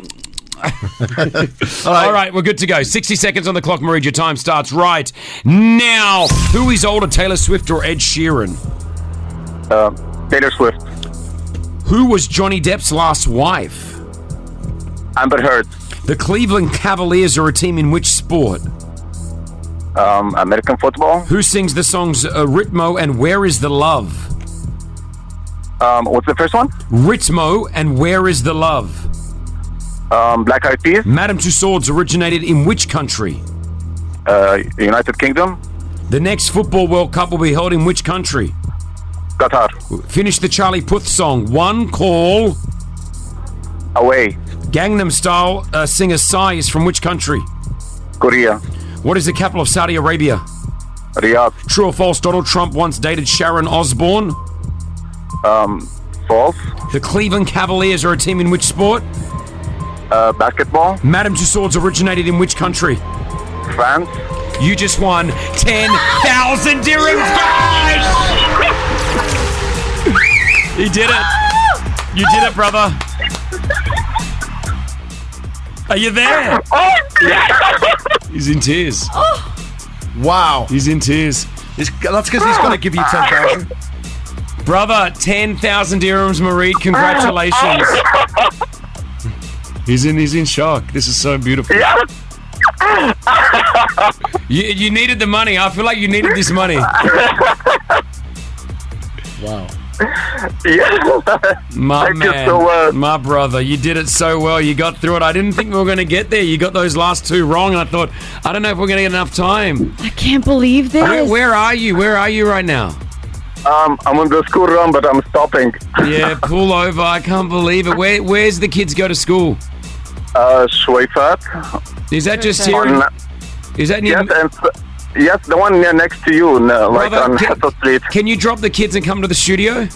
S7: All, right. we're good to go. 60 seconds on the clock, Marie. Your time starts right now. Who is older, Taylor Swift or Ed Sheeran?
S14: Uh, Taylor Swift,
S7: Who was Johnny Depp's last wife?
S14: Amber Heard,
S7: The Cleveland Cavaliers are a team in which sport?
S14: um, American football.
S7: Who sings the songs uh, Ritmo and Where is the Love?
S14: Um, what's the first one?
S7: Ritmo and Where is the Love?
S14: Um, Black Eyed Peas,
S7: Madame Tussauds originated in which country?
S14: uh, United Kingdom,
S7: The next Football World Cup will be held in which country?
S14: Qatar,
S7: Finish the Charlie Puth song, One Call.
S14: Away,
S7: Gangnam Style uh, singer Psy is from which country?
S14: Korea,
S7: What is the capital of Saudi Arabia?
S14: Riyadh,
S7: True or false, Donald Trump once dated Sharon Osbourne?
S14: um, False,
S7: The Cleveland Cavaliers are a team in which sport?
S14: uh, Basketball,
S7: Madame Tussauds originated in which country?
S14: France.
S7: You just won 10,000 dirhams, guys! You did it. You did it, brother. Are you there? He's in tears. Oh. Wow. He's in tears.
S8: that's 'cause he's gonna give you 10,000.
S7: Brother, 10,000 dirhams, Marie. Congratulations. He's in he's in shock. This is so beautiful. You, you needed the money. I feel like you needed this money. Wow. My
S14: Thank you
S7: man,
S14: so
S7: my brother, you did it so well. You got through it. I didn't think we were going to get there. You got those last two wrong, and I thought, I don't know if we're going to get enough time.
S3: I can't believe this.
S7: Where, where are you? Where are you right now?
S14: Um, I'm on the school run, but I'm stopping.
S7: Yeah, pull over. I can't believe it. Where, where's the kids go to school?
S14: Uh, Schweifert.
S7: Is that just here? in-
S14: On-
S7: Is that near?
S14: Yes, and, yes, the one near next to you, no, like
S7: Brother,
S14: on
S7: can-
S14: Hassel Street.
S7: Can you drop the kids and come to the studio?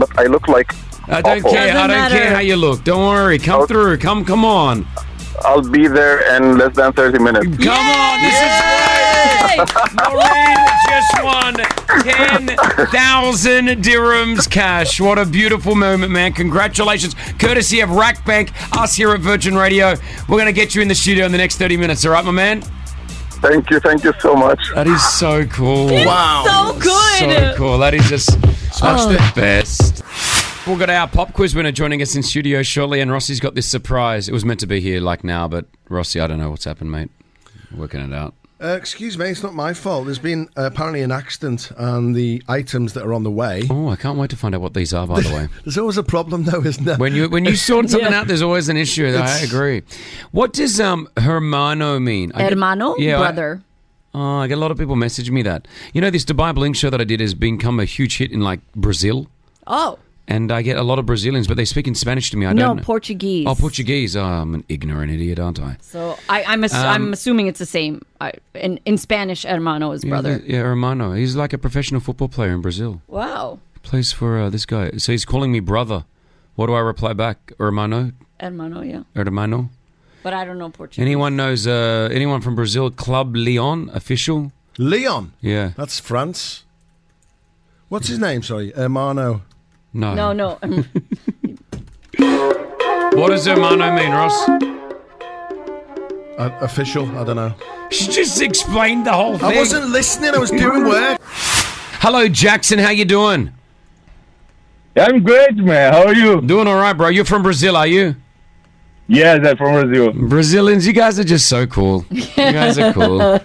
S14: But I look like
S7: I don't
S14: awful.
S7: care. I don't care how you look. Don't worry. Come through. Come, come on.
S14: I'll be there in less than 30 minutes.
S7: Come on, this is great. Maureen just won 10,000 dirhams cash. What a beautiful moment, man. Congratulations. Courtesy of Rack Bank, us here at Virgin Radio. We're going to get you in the studio in the next 30 minutes, all right, my man?
S14: Thank you, thank you so much.
S7: That is so cool.
S14: It's
S7: wow.
S14: so good.
S7: So cool. That is just
S14: Smashed
S7: oh.
S14: it.
S7: the best. We've got our pop quiz winner joining us in studio shortly, and Rossi's got this surprise. It was meant to be here like now, but Rossi, I don't know what's happened, mate. Working it out.
S8: Uh, excuse me, it's not my fault. There's been uh, apparently an accident, and the items that are on the way.
S7: Oh, I can't wait to find out what these are. By the way,
S8: (laughs) There's always a problem, though, isn't there?
S7: when you when you sort
S8: (laughs)
S7: something out, there's always an issue. I
S8: It's-
S7: agree. What does um hermano mean? I get-
S3: Hermano,
S7: Yeah, I-
S3: brother.
S7: oh, I get a lot of people message me that. You know, this Dubai Bling show that I did has become a huge hit in like Brazil,
S3: oh,
S7: and I get a lot of Brazilians, but they speak in Spanish to me. I
S3: no,
S7: don't. know.
S3: Portuguese.
S7: Oh, Portuguese. Oh, I'm an ignorant idiot, aren't I?
S3: so I, I'm, ass- I'm
S7: Um,
S3: assuming it's the same. I, in, in Spanish, hermano is brother.
S7: Yeah, yeah, hermano. He's like a professional football player in Brazil.
S3: Wow.
S7: Plays for uh, this guy. So he's calling me brother. What do I reply back? Hermano?
S3: Hermano, yeah.
S7: Hermano?
S3: But I don't know Portuguese.
S7: Anyone knows uh, anyone from Brazil? Club Leon official?
S8: Leon.
S7: Yeah.
S8: That's France. What's his name? Sorry, Uh, Hermano.
S7: No.
S3: No, no. (laughs) um,
S7: (laughs) What does hermano mean, Ross?
S8: Uh, official? I don't know.
S7: She just explained the whole
S8: I
S7: thing.
S8: wasn't listening. I was doing work.
S7: Hello, Jackson. How you doing? I'm great, man. How are you? Doing all right, bro. You're from Brazil, are you?
S13: Yes, I'm from Brazil.
S7: Brazilians, you guys are just so cool. You guys
S13: (laughs)
S7: are cool.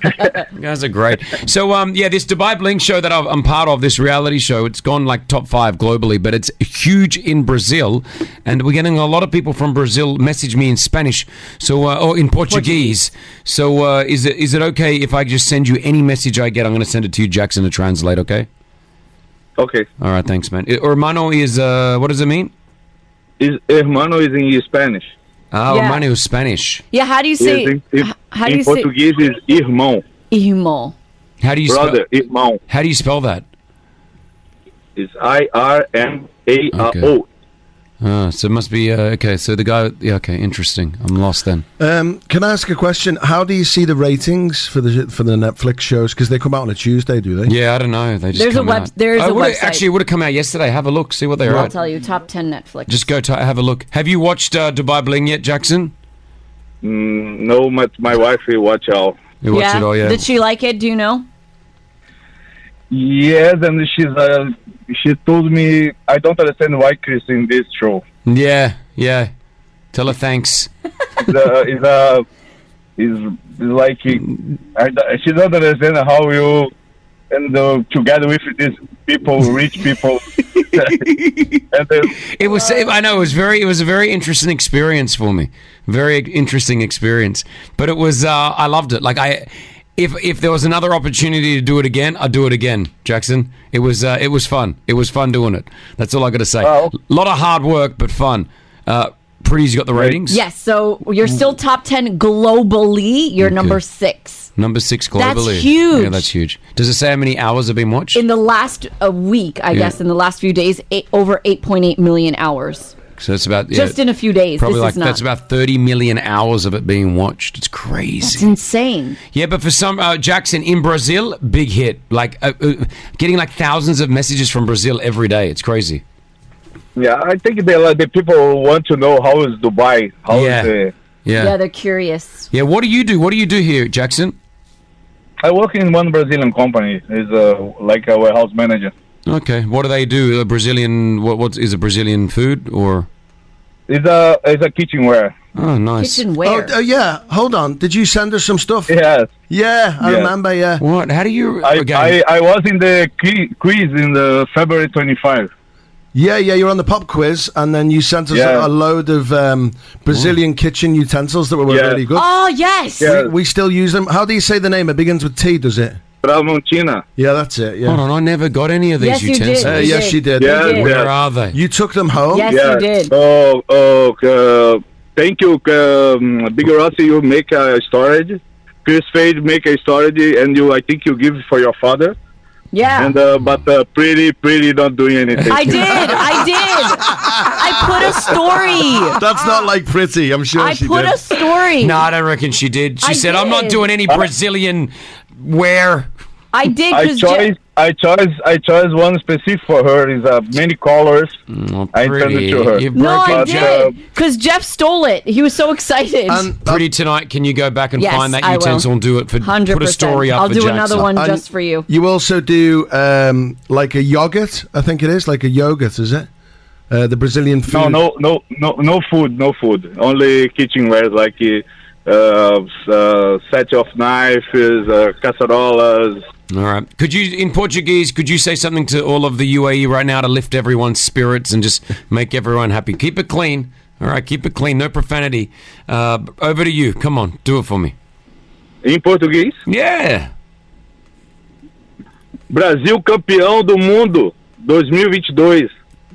S7: you guys are great. So, um, yeah, this Dubai Bling show that I've- I'm part of, this reality show, it's gone like top five globally, but it's huge in Brazil, and we're getting a lot of people from Brazil message me in Spanish, so uh, or in Portuguese. So, uh, is it is it okay if I just send you any message I get? I'm going to send it to you, Jackson, to translate. Okay.
S13: Okay.
S7: All right. Thanks, man. I- Hermano is uh, what does it mean?
S13: Is hermano is in Spanish.
S7: Ah,
S3: Yeah.
S7: hermano is Spanish.
S3: Yeah, how do you say? h- how do you say?
S13: Portuguese is irmão.
S3: Imo.
S7: How do you
S13: Brother,
S7: spell
S13: irmão.
S7: How do you spell that?
S13: It's I R M A R O.
S7: Ah, so it must be uh, okay. So the guy, yeah, okay, interesting. I'm lost then.
S8: Um, can I ask a question? How do you see the ratings for the for the Netflix shows? Because they come out on a Tuesday, do they?
S7: Yeah, I don't know. They just
S3: There's a
S7: come
S3: web-
S7: out.
S3: there is
S7: I
S3: a
S7: would've-
S3: website.
S7: Actually, it would have come out yesterday. Have a look, see what they're
S3: I'll
S7: at.
S3: tell you, top ten Netflix.
S7: Just go to have a look. Have you watched uh, Dubai Bling yet, Jackson?
S13: Mm, no, my my wife will watch out.
S7: You watch it all, yeah.
S3: Did she like it? Do you know?
S13: Yes, and she's uh, she told me I don't understand why Chris in this show.
S7: yeah, yeah. Tell her thanks.
S13: Is uh, (laughs) is uh, is like I, don't- she doesn't understand how you and uh, together with these people, rich
S7: (laughs)
S13: people. and, uh,
S7: It was. I know it was very. It was a very interesting experience for me. Very interesting experience. But it was. Uh, I loved it. Like I, if if there was another opportunity to do it again, I'd do it again, Jackson. It was. Uh, it was fun. It was fun doing it. That's all I got to say. A lot of hard work, but fun. Uh, Pretty's got the ratings.
S3: Yes. So you're still top ten globally. You're number six
S7: Number six
S3: That's
S7: globally.
S3: huge.
S7: Yeah, that's huge. Does it say how many hours have been watched?
S3: in the last a week, I
S7: Yeah.
S3: guess. In the last few days, eight, over eight point eight million hours.
S7: So it's about yeah,
S3: Just in a few days.
S7: Probably
S3: this
S7: like
S3: is not.
S7: that's about thirty million hours of it being watched. It's crazy.
S3: It's insane.
S7: Yeah, but for some uh, Jackson in Brazil, big hit. Like uh, uh, getting like thousands of messages from Brazil every day. It's crazy.
S13: yeah, I think they like the people want to know how is Dubai, how is
S7: Yeah.
S13: the
S7: Yeah.
S3: yeah,
S7: yeah,
S3: they're curious.
S7: What do you do? What do you do here, Jackson?
S13: I work in one Brazilian company. Is uh, like a warehouse manager.
S7: Okay, what do they do? A Brazilian? What? What is a Brazilian food or?
S13: It's a it's a kitchenware.
S7: Oh, nice.
S8: Oh, uh, yeah. Hold on. Did you send us some stuff?
S13: Yes.
S8: Yeah, I
S13: Yes.
S8: remember. Yeah.
S7: What? How do you?
S13: I, I, I was in the qui- quiz in the February 25.
S8: Yeah, yeah. You're on the pop quiz, and then you sent us
S13: Yeah.
S8: a, a load of um, Brazilian kitchen utensils that were
S13: Yeah.
S8: really good.
S3: Oh yes.
S8: We, we still use them. How do you say the name? It begins with T, does it?
S13: Tramontina.
S8: Yeah, that's it. Yeah.
S7: Hold on, I never got any of
S13: Yes,
S7: these
S13: you did,
S7: utensils.
S8: Uh,
S13: You
S8: yes,
S13: did.
S8: you did.
S13: You did.
S7: Where are they?
S8: You took them home.
S13: Yeah. Oh, oh uh, thank you, um, Big Rossi. You make a storage. Chris Fade make a storage, and you I think you give for your father.
S3: Yeah.
S13: And uh, but uh, pretty, pretty not doing anything.
S3: (laughs) I did. I did. I put a story.
S8: (laughs) That's not like pretty. I'm sure
S3: I
S8: she
S3: put
S8: did.
S3: a story.
S7: No, I don't reckon she did. She
S3: I
S7: said, "I'm not
S3: did.
S7: doing any Brazilian wear."
S3: I did
S13: I
S3: because
S13: chose, I chose, I chose one specific for her. Is uh, many colors. I sent it to her.
S7: You
S3: no, I
S13: But, uh,
S3: did because Jeff stole it. He was so excited.
S7: Um, Pretty tonight, can you go back and
S3: Yes,
S7: find that
S3: I will.
S7: utensil and do it for
S3: Hundred
S7: put a story up
S3: I'll
S7: for
S3: do
S7: Jackson.
S3: another one
S8: And-
S3: just for you.
S8: You also do um, like a yogurt, I think it is, like a yogurt, is it? Uh, the Brazilian food.
S13: No, no, no, no, no food, no food. Only kitchenware like uh, s- uh, set of knives, uh, casserolas.
S7: All right. Could you, in Portuguese, could you say something to all of the UAE right now to lift everyone's spirits and just make everyone happy? Keep it clean. All right, keep it clean. No profanity. Uh, over to you. Come on, do it for me.
S13: Em português?
S7: Yeah.
S13: Brasil campeão do mundo 2022.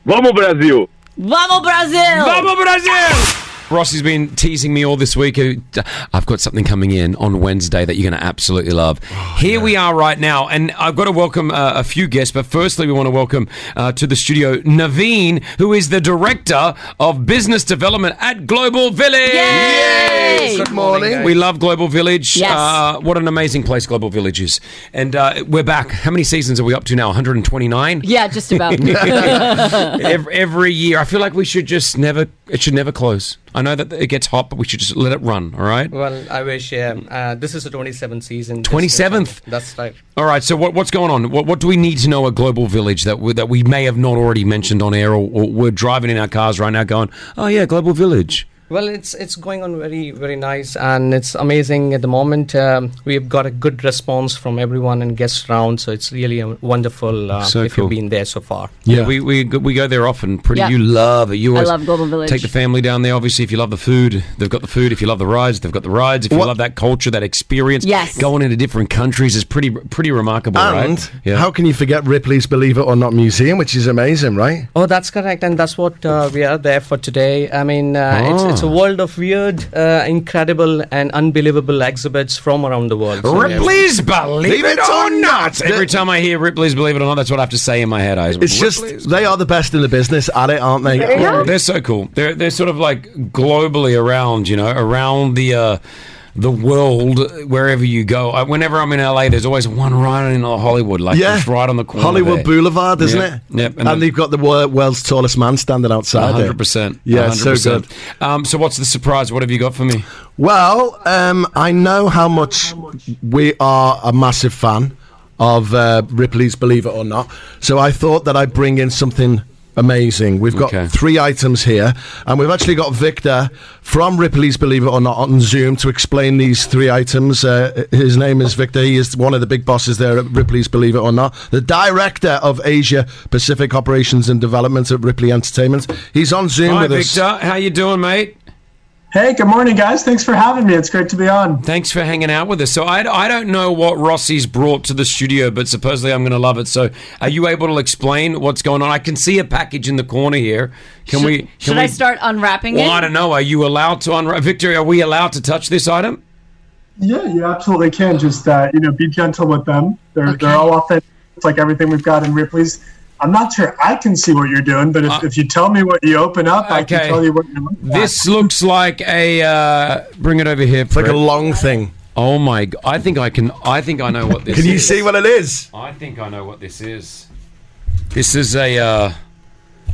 S13: Vamos Brasil!
S3: Vamos Brazil!
S7: Vamos Brazil! Ross has been teasing me all this week. Uh, I've got something coming in on Wednesday that you're going to absolutely love. Here we are right now, and I've got to welcome uh, a few guests. But firstly, we want to welcome uh, to the studio Naveen, who is the director of business development at Global Village.
S8: Good morning.
S7: We love Global Village.
S8: Yes.
S7: Uh, what an amazing place Global Village is. And uh, we're back. How many seasons are we up to now? 129?
S3: Yeah, just
S7: (laughs)
S3: about. (laughs)
S7: every, every year. I feel like we should just never. It should never close. I know that it gets hot, but we should just let it run. All right.
S15: Well, I wish. Yeah, uh, this is the 27th season. this year.
S7: 27th?
S15: That's right.
S7: All right. So what, what's going on? What, what do we need to know at Global Village that we, that we may have not already mentioned on air, or, or we're driving in our cars right now, going, "Oh yeah, Global Village."
S15: Well, it's it's going on very very nice, and it's amazing at the moment. Um, we've got a good response from everyone in guest round, so it's really a wonderful. Uh,
S7: So
S15: if
S7: cool.
S15: you've been there so far,
S7: Yeah, we, we go- we go there often. Pretty,
S15: Yeah.
S7: you love it. You
S15: I
S7: always
S15: love Global Village.
S7: Take the family down there. Obviously, if you love the food, they've got the food. If you love the rides, they've got the rides. If you love that culture, that experience,
S8: Yes.
S7: going into different countries is pretty pretty remarkable,
S16: And
S7: right? Yeah.
S16: how can you forget Ripley's Believe It or Not Museum, which is amazing, right?
S15: Oh, that's correct, and that's what uh, we are there for today. I mean, uh, it's,
S16: Ah.
S15: it's a world of weird, uh, incredible, and unbelievable exhibits from around the world. So, yeah.
S7: Ripley's Believe It or Not. Every time I hear Ripley's Believe It or Not, that's what I have to say in my head. I
S16: It's just they are the best in the business at it, aren't they?
S7: They're so cool. They're they're sort of like globally around, you know, around the uh, the world wherever you go. I, whenever I'm in LA, there's always one right in Hollywood, like
S16: Yeah.
S7: it's right on the corner.
S16: Hollywood
S7: there.
S16: Boulevard, isn't
S7: Yep,
S16: it?
S7: Yep.
S16: And, they've got the wor- world's tallest man standing outside. it.
S7: 100%.
S16: Yeah,
S7: 100%.
S16: so good.
S7: Um, so what's the surprise? What have you got for me?
S16: Well, um, I know how much we are a massive fan of uh, Ripley's Believe It or Not, so I thought that I'd bring in something amazing. We've got three items here, and we've actually got Victor from Ripley's Believe It or Not on Zoom to explain these three items. Uh, his name is Victor. He is one of the big bosses there at Ripley's Believe It or Not, the director of Asia Pacific Operations and Development at Ripley Entertainment. He's on Zoom
S7: Hi,
S16: with us.
S7: Victor. How you doing, mate?
S17: Hey, good morning, guys. Thanks for having me. It's great to be on.
S7: Thanks for hanging out with us. So I, I don't know what Rossi's brought to the studio, but supposedly I'm going to love it. So are you able to explain what's going on? I can see a package in the corner here. Can we? Can
S3: Should
S7: we,
S3: I start unwrapping
S7: Well,
S3: it?
S7: I don't know. Are you allowed to unwrap? Victory, are we allowed to touch this item?
S17: Yeah, you absolutely can. Just uh, you know, be gentle with them. They're they're all authentic. It's like everything we've got in Ripley's. I'm not sure I can see what you're doing, but if, if you tell me what you open up, I can
S7: okay.
S17: tell you what you're looking at.
S7: This looks like a. Uh, bring it over here. It's
S16: like a long thing.
S7: Oh my! g- I think I can. I think I know what this.
S16: Can you
S7: is.
S16: see what it is?
S7: I think I know what this is. This is a. Uh,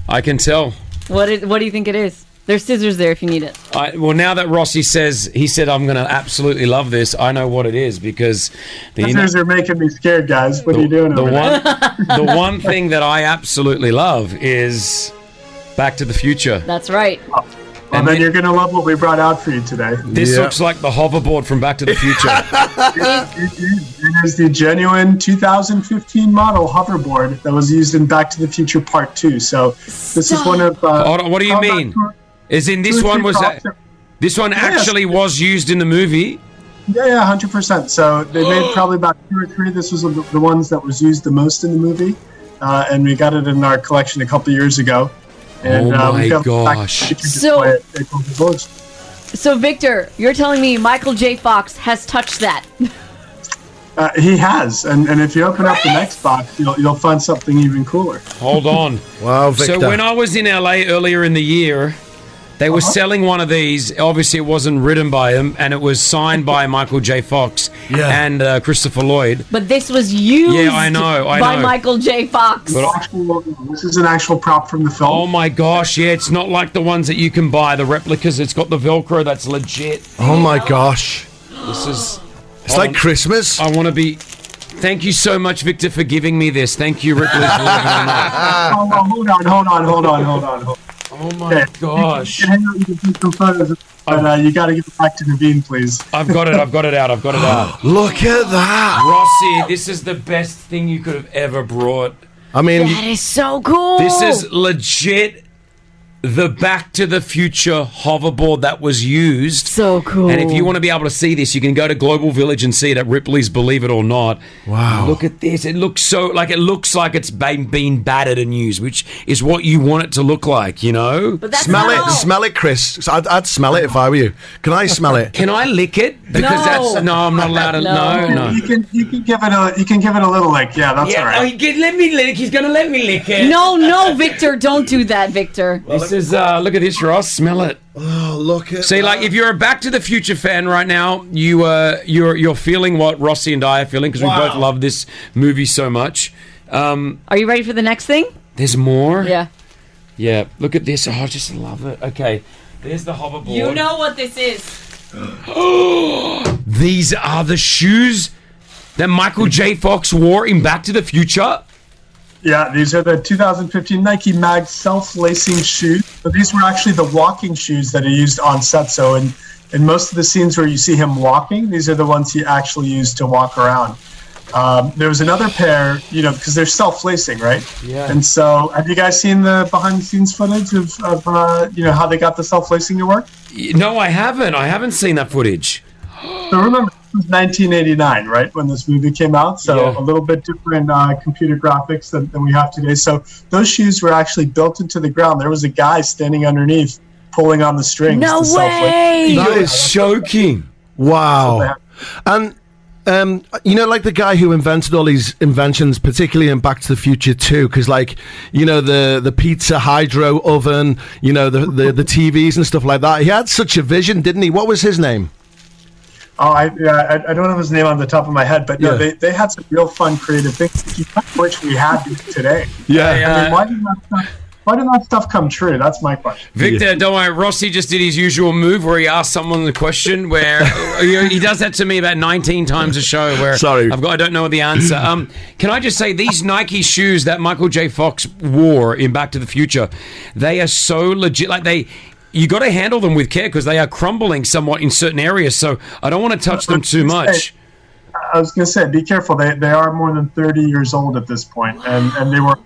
S7: I can tell.
S3: What, is, what do you think it is? There's scissors there if you need it.
S7: I, well, now that Rossi says he said I'm going to absolutely love this, I know what it is because the
S17: Scissors are making me scared, guys. What are you doing
S7: the (laughs)
S17: over
S7: one
S17: (laughs)
S3: (laughs)
S17: there?
S7: the one thing that I absolutely love is Back to the Future.
S3: That's right.
S17: And then you're gonna love what we brought out for you today.
S7: This
S17: (laughs)
S7: looks like the hoverboard from Back to the Future.
S17: It is the genuine 2015 model hoverboard that was used in Back to the Future Part Two. So this is one of. (laughs) Uh,
S7: Hold on, what do you mean? Is in this
S17: two or
S7: one
S17: three
S7: was that,
S17: concepts.
S7: this one
S17: Yes.
S7: actually was used in the movie?
S17: Yeah, yeah, hundred percent. So they made probably about two or three. This was the, the ones that was used the most in the movie, uh, and we got it in our collection a couple years ago.
S7: Oh
S17: And, uh,
S7: my
S17: we got
S7: gosh.
S3: So-
S17: so
S3: So, Victor, you're telling me Michael J. Fox has touched that.
S17: uh, he has, and, and if you open up the next box, you'll you'll find something even cooler.
S7: Hold
S17: (laughs)
S7: on.
S16: wow,
S7: So when I was in LA earlier in the year, they
S16: Uh-huh.
S7: were selling one of these. Obviously, it wasn't written by him, and it was signed
S16: (laughs)
S7: by Michael J. Fox and uh, Christopher Lloyd.
S3: But this was used
S7: Yeah, I know, I
S3: by
S7: know.
S3: Michael J. Fox.
S17: this is an actual prop from the film.
S7: Oh my gosh! Yeah, it's not like the ones that you can buy, the replicas. It's got the Velcro. That's legit.
S16: Oh my gosh!
S7: This is.
S16: It's like Christmas.
S7: I want to be. Thank you so much, Victor, for giving me this. Thank you, Ripley's.
S17: (laughs) Oh, well, (laughs) hold on, hold on, hold on, hold on, hold
S7: on. (laughs) Oh my gosh!
S17: You can, hang out, you can take some photos, but uh, you got to get back to Naveen, please.
S7: I've got it. I've got it out. I've got it
S17: (gasps)
S16: (gasps)
S7: out.
S16: Look at that,
S7: Rossi. This is the best thing you could have ever brought.
S16: I mean,
S3: that is so cool.
S7: This is legit the Back to the Future hoverboard that was used.
S3: So cool.
S7: And if you want to be able to see this, you can go to Global Village and see it at Ripley's Believe It or Not. Wow. Look at this. It looks so like it looks like it's been, been battered and used, which is what you want it to look like, you know? But
S16: smell it, smell it, Chris. I'd, I'd smell it if I were you. Can I smell it?
S7: Can I lick it? Because that's no, I'm not allowed to no, no.
S17: You can you can give it a you can give it a little like yeah that's all right.
S7: let me lick. oh, He's gonna let me lick it.
S3: No, no, Victor, don't do that, Victor.
S7: This is uh look at this, Ross. Smell it.
S16: Oh, look at
S7: See, like, if you're a Back to the Future fan right now, you uh, you're you're feeling what Rossi and I are feeling because we
S3: Wow.
S7: both love this movie so much. Um,
S3: Are you ready for the next thing?
S7: there's more.
S3: Yeah.
S7: Yeah. Look at this. Oh, I just love it. Okay. There's the hoverboard.
S3: You know what this is.
S7: (gasps) These are the shoes that Michael J. Fox wore in Back to the Future.
S17: Yeah, these are the 2015 Nike Mag self-lacing shoes. So these were actually the walking shoes that he used on set. So in, in most of the scenes where you see him walking, these are the ones he actually used to walk around. Um, there was another pair, you know, because they're self-lacing, right?
S18: Yeah.
S17: And so, have you guys seen the behind-the-scenes footage of, of uh, you know, how they got the self-lacing to work?
S7: No, I haven't. I haven't seen that footage.
S17: (gasps) So remember, this was 1989, right, when this movie came out. So
S7: Yeah.
S17: a little bit different uh, computer graphics than, than we have today. So those shoes were actually built into the ground. There was a guy standing underneath pulling on the strings.
S16: No
S17: to self-lift.
S16: way! That is
S7: shocking.
S16: Wow. And um, you know, like the guy who invented all these inventions, particularly in Back to the Future too, because like you know the the pizza hydro oven, you know the, the the TVs and stuff like that. He had such a vision, didn't he? What was his name?
S17: Oh, I, yeah, I, I don't have his name on the top of my head, but no,
S16: Yeah.
S17: they, they had some real fun creative things, you might wish we had these today.
S7: Yeah.
S17: I mean, why, did that stuff, why did that stuff come true? That's my question.
S7: Victor, don't worry. Rossi just did his usual move where he asked someone the question. Where (laughs) he he does that to me about 19 times a show. Where
S16: Sorry.
S7: I've got I don't know the answer. Um, can I just say these Nike shoes that Michael J. Fox wore in Back to the Future, they are so legit. Like they. You got to handle them with care because they are crumbling somewhat in certain areas. So I don't want to touch them too much.
S17: I was going to say, be careful. They, they are more than 30 years old at this point, and, and they were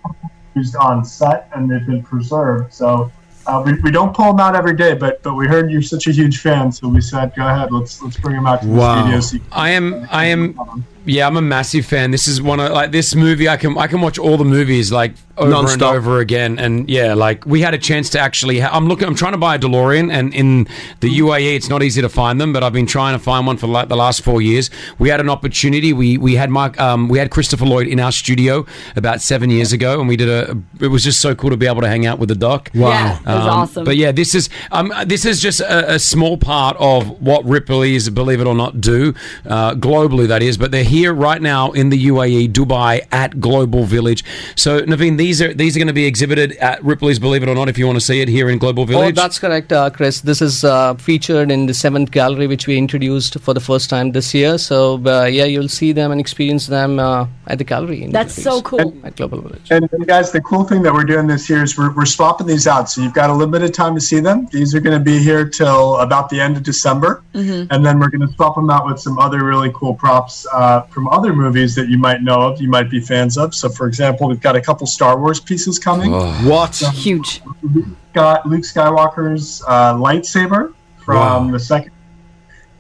S17: used on set and they've been preserved. So uh, we, we don't pull them out every day, but but we heard you're such a huge fan, so we said, go ahead, let's let's bring them out to the studio. So you
S7: I am. I am. Yeah, I'm a massive fan. This is one of like this movie. I can I can watch all the movies like over and
S16: Non-stop.
S7: over again. And yeah, like we had a chance to actually. Ha- I'm looking. I'm trying to buy a DeLorean, and in the UAE, it's not easy to find them. But I've been trying to find one for like the last four years. We had an opportunity. We we had Mark. Um, we had Christopher Lloyd in our studio about seven years ago, and we did a. It was just so cool to be able to hang out with the doc. Um,
S3: Wow. Yeah, it was awesome.
S7: But yeah, this is um, this is just a, a small part of what Ripley's, believe it or not, do uh, globally. That is, but they're here right now in the UAE, Dubai, at Global Village. So Naveen, these are these are going to be exhibited at Ripley's, believe it or not, if you want to see it here in Global Village.
S15: Oh, that's correct, uh, Chris. This is uh, featured in the seventh gallery, which we introduced for the first time this year. So, uh, yeah, you'll see them and experience them uh, at the gallery. In
S17: That's so
S15: cool. At Global Village.
S17: And and guys, the cool thing that we're doing this year is we're, we're swapping these out. So you've got a limited time to see them. These are going to be here till about the end of December.
S3: Mm-hmm.
S16: Mm-hmm.
S19: Mhm.
S17: And then we're going to swap them out with some other really cool props uh, from other movies that you might know of, you might be fans of. So, for example, we've got a couple Star Wars pieces coming.
S16: What?
S3: Huge.
S17: Got Luke Skywalker's uh, lightsaber from
S16: Wow.
S17: the second.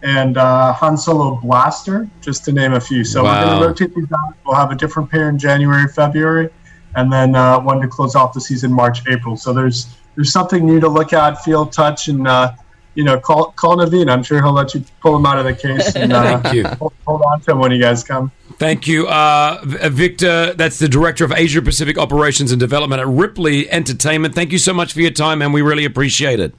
S17: And uh, Han Solo blaster, just to name a few. So we're going
S16: Wow.
S17: to rotate these out. We'll have a different pair in January, February, and then uh, one to close off the season March, April. So there's there's something new to look at, feel, touch, and uh, you know call call Naveen. I'm sure he'll let you pull them out of the case and uh,
S7: (laughs) Thank you.
S17: Hold, hold on to them when you guys come.
S7: Thank you, uh, V- Victor. That's the director of Asia Pacific Operations and Development at Ripley Entertainment. Thank you so much for your time, and we really appreciate it.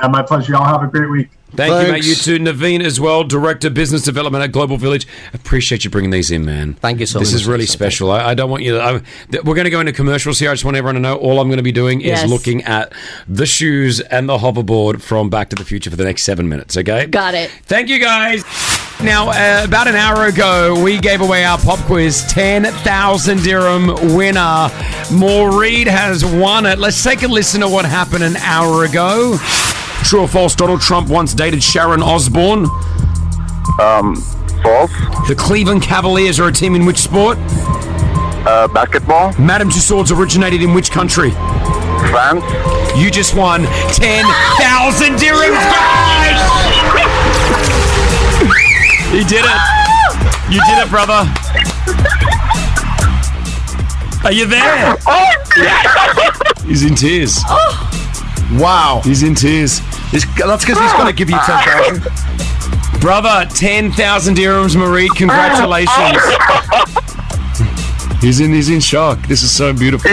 S17: And my pleasure. Y'all have a great week.
S7: Thank you, mate. You too, Naveen, as well, Director Business Development at Global Village. Appreciate you bringing these in, man. Thank you so this
S15: much.
S7: This is really special. I, I don't want you to. I, th- we're going to go into commercials here. I just want everyone to know all I'm going to be doing
S3: Yes.
S7: is looking at the shoes and the hoverboard from Back to the Future for the next seven minutes, okay?
S3: Got it.
S7: Thank you guys. Now, uh, about an hour ago, we gave away our pop quiz 10,000 dirham winner. Maureen has won it. Let's take a listen to what happened an hour ago. True or false, Donald Trump once dated Sharon Osbourne?
S14: Um, false.
S7: The Cleveland Cavaliers are a team in which sport?
S14: Uh, basketball.
S7: Madame Tussauds originated in which country?
S14: France.
S7: You just won 10,000 dirhams, guys! You did it. You did it, brother. Are you there? He's in tears.
S3: Oh.
S16: Wow.
S7: He's in tears.
S16: that's because he's got to give you 10,000.
S7: Brother, 10,000 dirhams, Marie. Congratulations. he's in he's in shock. This is so beautiful.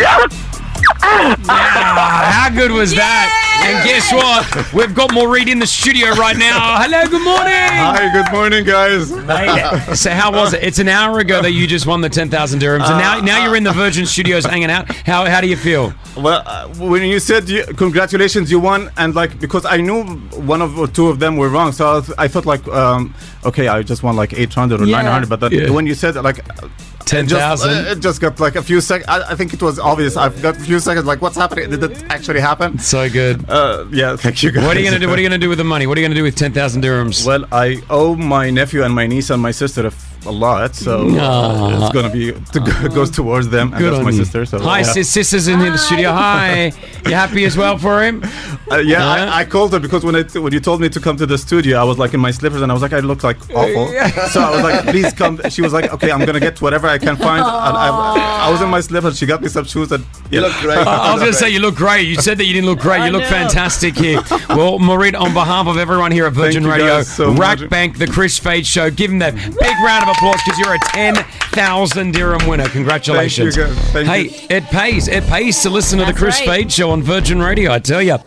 S7: Ah, how good was that? And guess what? We've got Maureen in the studio right now. Hello, good morning. Hi,
S20: good morning, guys.
S7: Mate, so how was it? It's an hour ago that you just won the 10,000 dirhams, and
S20: Uh,
S7: now, now you're in the Virgin Studios hanging out. How, how do you feel?
S20: Well, uh, when you said you, congratulations, you won, and like because I knew one of or two of them were wrong, so I, was, I thought like, um, okay, I just won like eight hundred or
S21: Yeah.
S20: nine hundred. But that,
S21: Yeah.
S20: when you said like, uh, Ten thousand.
S7: 10,000.
S20: It just got like a few seconds. I, I think it was obvious. I've got a few seconds. Like, what's happening? Did it actually happen?
S7: So good.
S20: Uh, yeah, thank you guys.
S7: What are you gonna do? What are you gonna do with the money? What are you gonna do with ten thousand dirhams?
S20: Well, I owe my nephew and my niece and my sister a, f- a lot, so uh,
S7: Aw.
S20: it's gonna be to go, goes towards them. and
S7: Ah. Good
S20: that's
S7: on
S20: my
S7: you.
S20: sister. So
S7: Hi,
S20: yeah.
S7: sis- sisters in here in the studio. Hi, you happy as well for him?
S20: Uh, yeah, I, I called her because when it, when you told me to come to the studio, I was like in my slippers and I was like, I look like
S7: (laughs)
S20: awful. So I was like, please come. She was like, okay, I'm gonna get whatever I can find. And I, I was in my slippers. She got me some shoes and yeah.
S7: I, I was going to say you look great. You said that you didn't look great. You look fantastic here. Well, Marit, on behalf of everyone here at Virgin
S20: Thank you
S7: Radio,
S20: guys so
S7: Rack
S20: much.
S7: Bank, the Chris Fade Show, give him that big round of applause because you're a ten thousand dirham winner. Congratulations!
S20: Thank you, guys. Thank
S7: hey, it pays. It pays to listen to the Chris
S20: right.
S7: Fade Show on Virgin Radio. I tell you.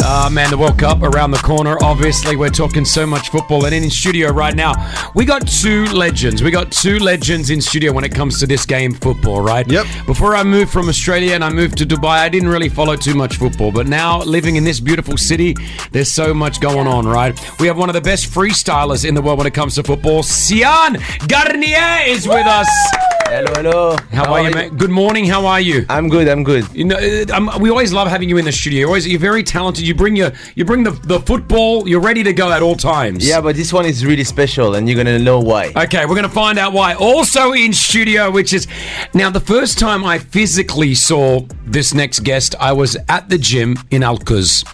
S7: Ah man, the World Cup around the corner. Obviously, we're talking so much football, and in studio right now, we got two legends. We got two legends in studio when it comes to this game, football. Right? Yep. Before I moved from Australia and I moved to Dubai, I didn't really follow too much football, but now living in this beautiful city, there's so much going on. Right? We have one of the best freestylers in the world when it comes to football. Sian Garnier is with us.
S18: Hello, hello.
S7: How, are, you, mate? Good morning. How are you?
S18: I'm good. I'm good.
S7: You know, uh, um, we always love having you in the studio. You're, always, you're very talented. You bring your, you bring the, the football. You're ready to go at all times.
S18: Yeah, but this one is really special, and you're gonna know why.
S7: Okay, we're going to find out why. Also in studio, which is now the first time I physically saw this next guest, I was at the gym in Alcuz.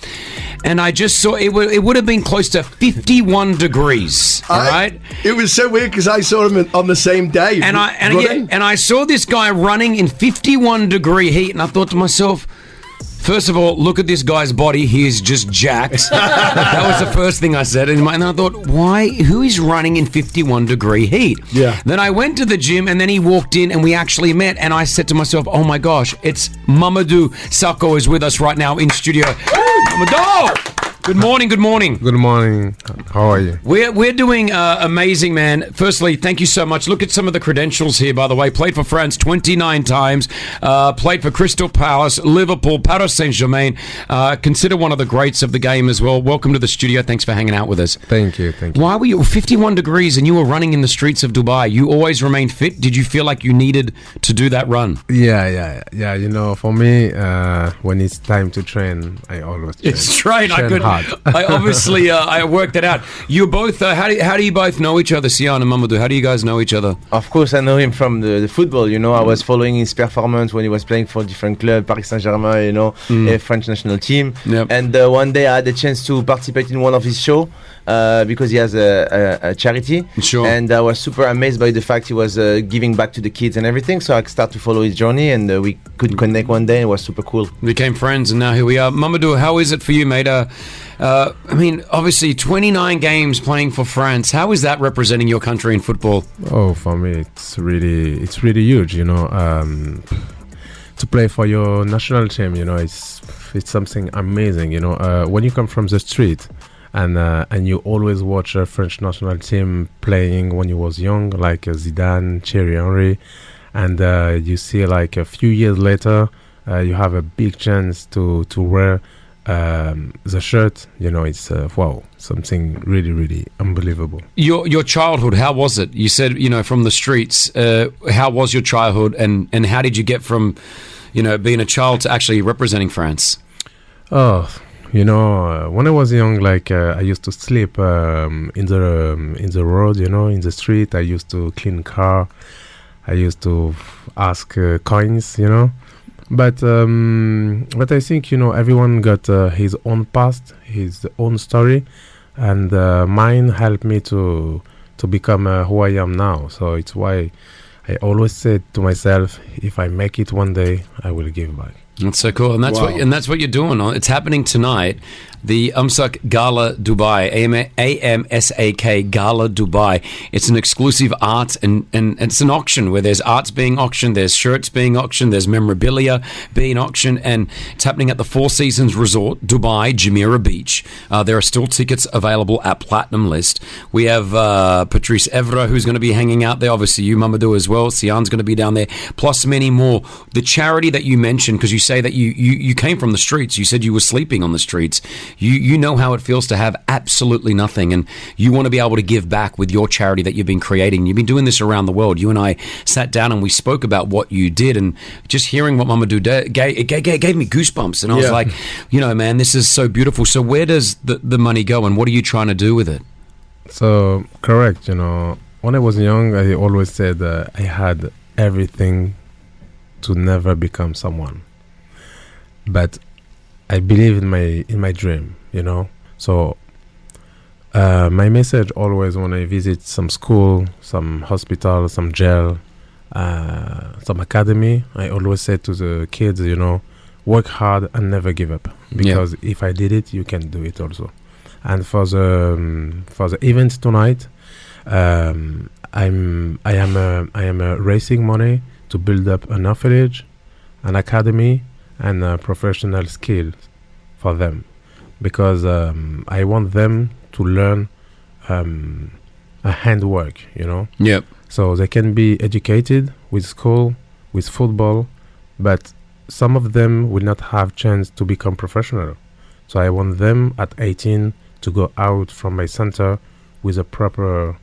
S7: And I just saw it, w- it would have been close to 51 degrees.
S18: Ah.
S7: All right.
S16: It was so weird because I saw him in- on the same day.
S7: And I and, yeah,
S16: running.
S7: and I saw this guy running in 51 degree heat, and I thought to myself, first of all, look at this guy's body; he is
S19: (laughs)
S7: just jacked. that was the first thing I said, and, my- and I thought, why? Who is running in 51 degree heat? Yeah. Then I went to the gym, and then he walked in, and we actually met, and I said to myself, oh my gosh, it's Mamadou Sakho is with us right now in studio. Mamadou, good morning, good morning.
S19: Good morning. How are you?
S7: We're, we're doing uh, amazing, man. Firstly, thank you so much. Look at some of the credentials here, by the way. Played for France 29 times, uh, played for Crystal Palace, Liverpool, Paris Saint Germain. Uh, consider one of the greats of the game as well. Welcome to the studio. Thanks for hanging out with us.
S19: Thank you. Thank
S7: Why were you 51 degrees and you were running in the streets of Dubai? You always remained fit. Did you feel like you needed to do that run?
S19: you. Yeah, yeah, yeah. You know, for me, uh, when it's time to train, I always train.
S7: It's right. I
S19: Train
S7: could.
S19: hard.
S7: I obviously uh, I worked it out. You both. Uh, how do how do you both know each other, Sian and Mamadou? How do you guys know each other?
S18: Of course, I know him from the, the football. You know, I was following his performance when he was playing for different clubs, Paris Saint Germain, you know,
S7: Mm.
S18: eh, French national team. And uh, one day I had the chance to participate in one of his show uh, because he has a, a, a charity. Sure. And I was super amazed by the fact he was uh, giving back to the kids and everything. So I started to follow his journey, and uh, we could connect one day. It was super cool.
S7: became friends, and now here we are. Mamadou, how is it for you, mate? Uh, uh, I mean, obviously, 29 games playing for France. How is that representing your country in football?
S19: Oh, for me, it's really, it's really huge. You know, um, to play for your national team, you know, it's it's something amazing. You know, uh, when you come from the street, and uh, and you always watch a French national team playing when you was young, like uh, Zidane, Thierry Henry, and uh, you see like a few years later, uh, you have a big chance to to wear um, the shirt. You know, it's uh, wow, something really, really unbelievable.
S7: Your your childhood, how was it? You said, you know, from the streets. Uh, how was your childhood, and, and how did you get from, you know, being a child to actually representing France?
S19: Oh, you know, uh, when I was young, like uh, I used to sleep um, in the um, in the road, you know, in the street. I used to clean car. I used to ask uh, coins, you know. But um, but I think you know everyone got uh, his own past, his own story, and uh, mine helped me to to become uh, who I am now. So it's why I always said to myself, if I make it one day, I will give back.
S7: That's so cool, and that's
S19: Wow.
S7: what and that's what you're doing. It's happening tonight, the UMSAC Gala Dubai, AM AMSAK Gala Dubai. It's an exclusive arts and and it's an auction where there's arts being auctioned, there's shirts being auctioned, there's memorabilia being auctioned, and it's happening at the Four Seasons Resort, Dubai, Jumeirah Beach. Uh, there are still tickets available at Platinum List. We have uh, Patrice Evra, who's going to be hanging out there. Obviously, you, Mamadou, as well. Sian's going to be down there, plus many more. The charity that you mentioned, because you say that you, you, you came from the streets, you said you were sleeping on the streets. you you know how it feels to have absolutely nothing, and you want to be able to give back with your charity that you've been creating. You've been doing this around the world. You and I sat down and we spoke about what you did, and just hearing what Mama Do da- gave, it gave, gave me goosebumps, and I was
S16: Yeah.
S7: like, you know, man, this is so beautiful. So where does the, the money go, and what are you trying to do with it?
S19: So correct, you know, when I was young, I always said uh, I had everything to never become someone, but I believe in my in my dream, you know. So uh, my message always when I visit some school, some hospital, some jail, uh, some academy, I always say to the kids, you know, work hard and never give up
S7: Yeah.
S19: because if I did it, you can do it also. And for the um, for the event tonight, um, I'm I am uh, I am uh, raising money to build up an orphanage, an academy, and uh, professional skills for them, because um, I want them to learn um, a handwork. You know.
S7: Yep.
S19: So they can be educated with school, with football, but some of them will not have chance to become professional. So I want them at 18 to go out from my center with a proper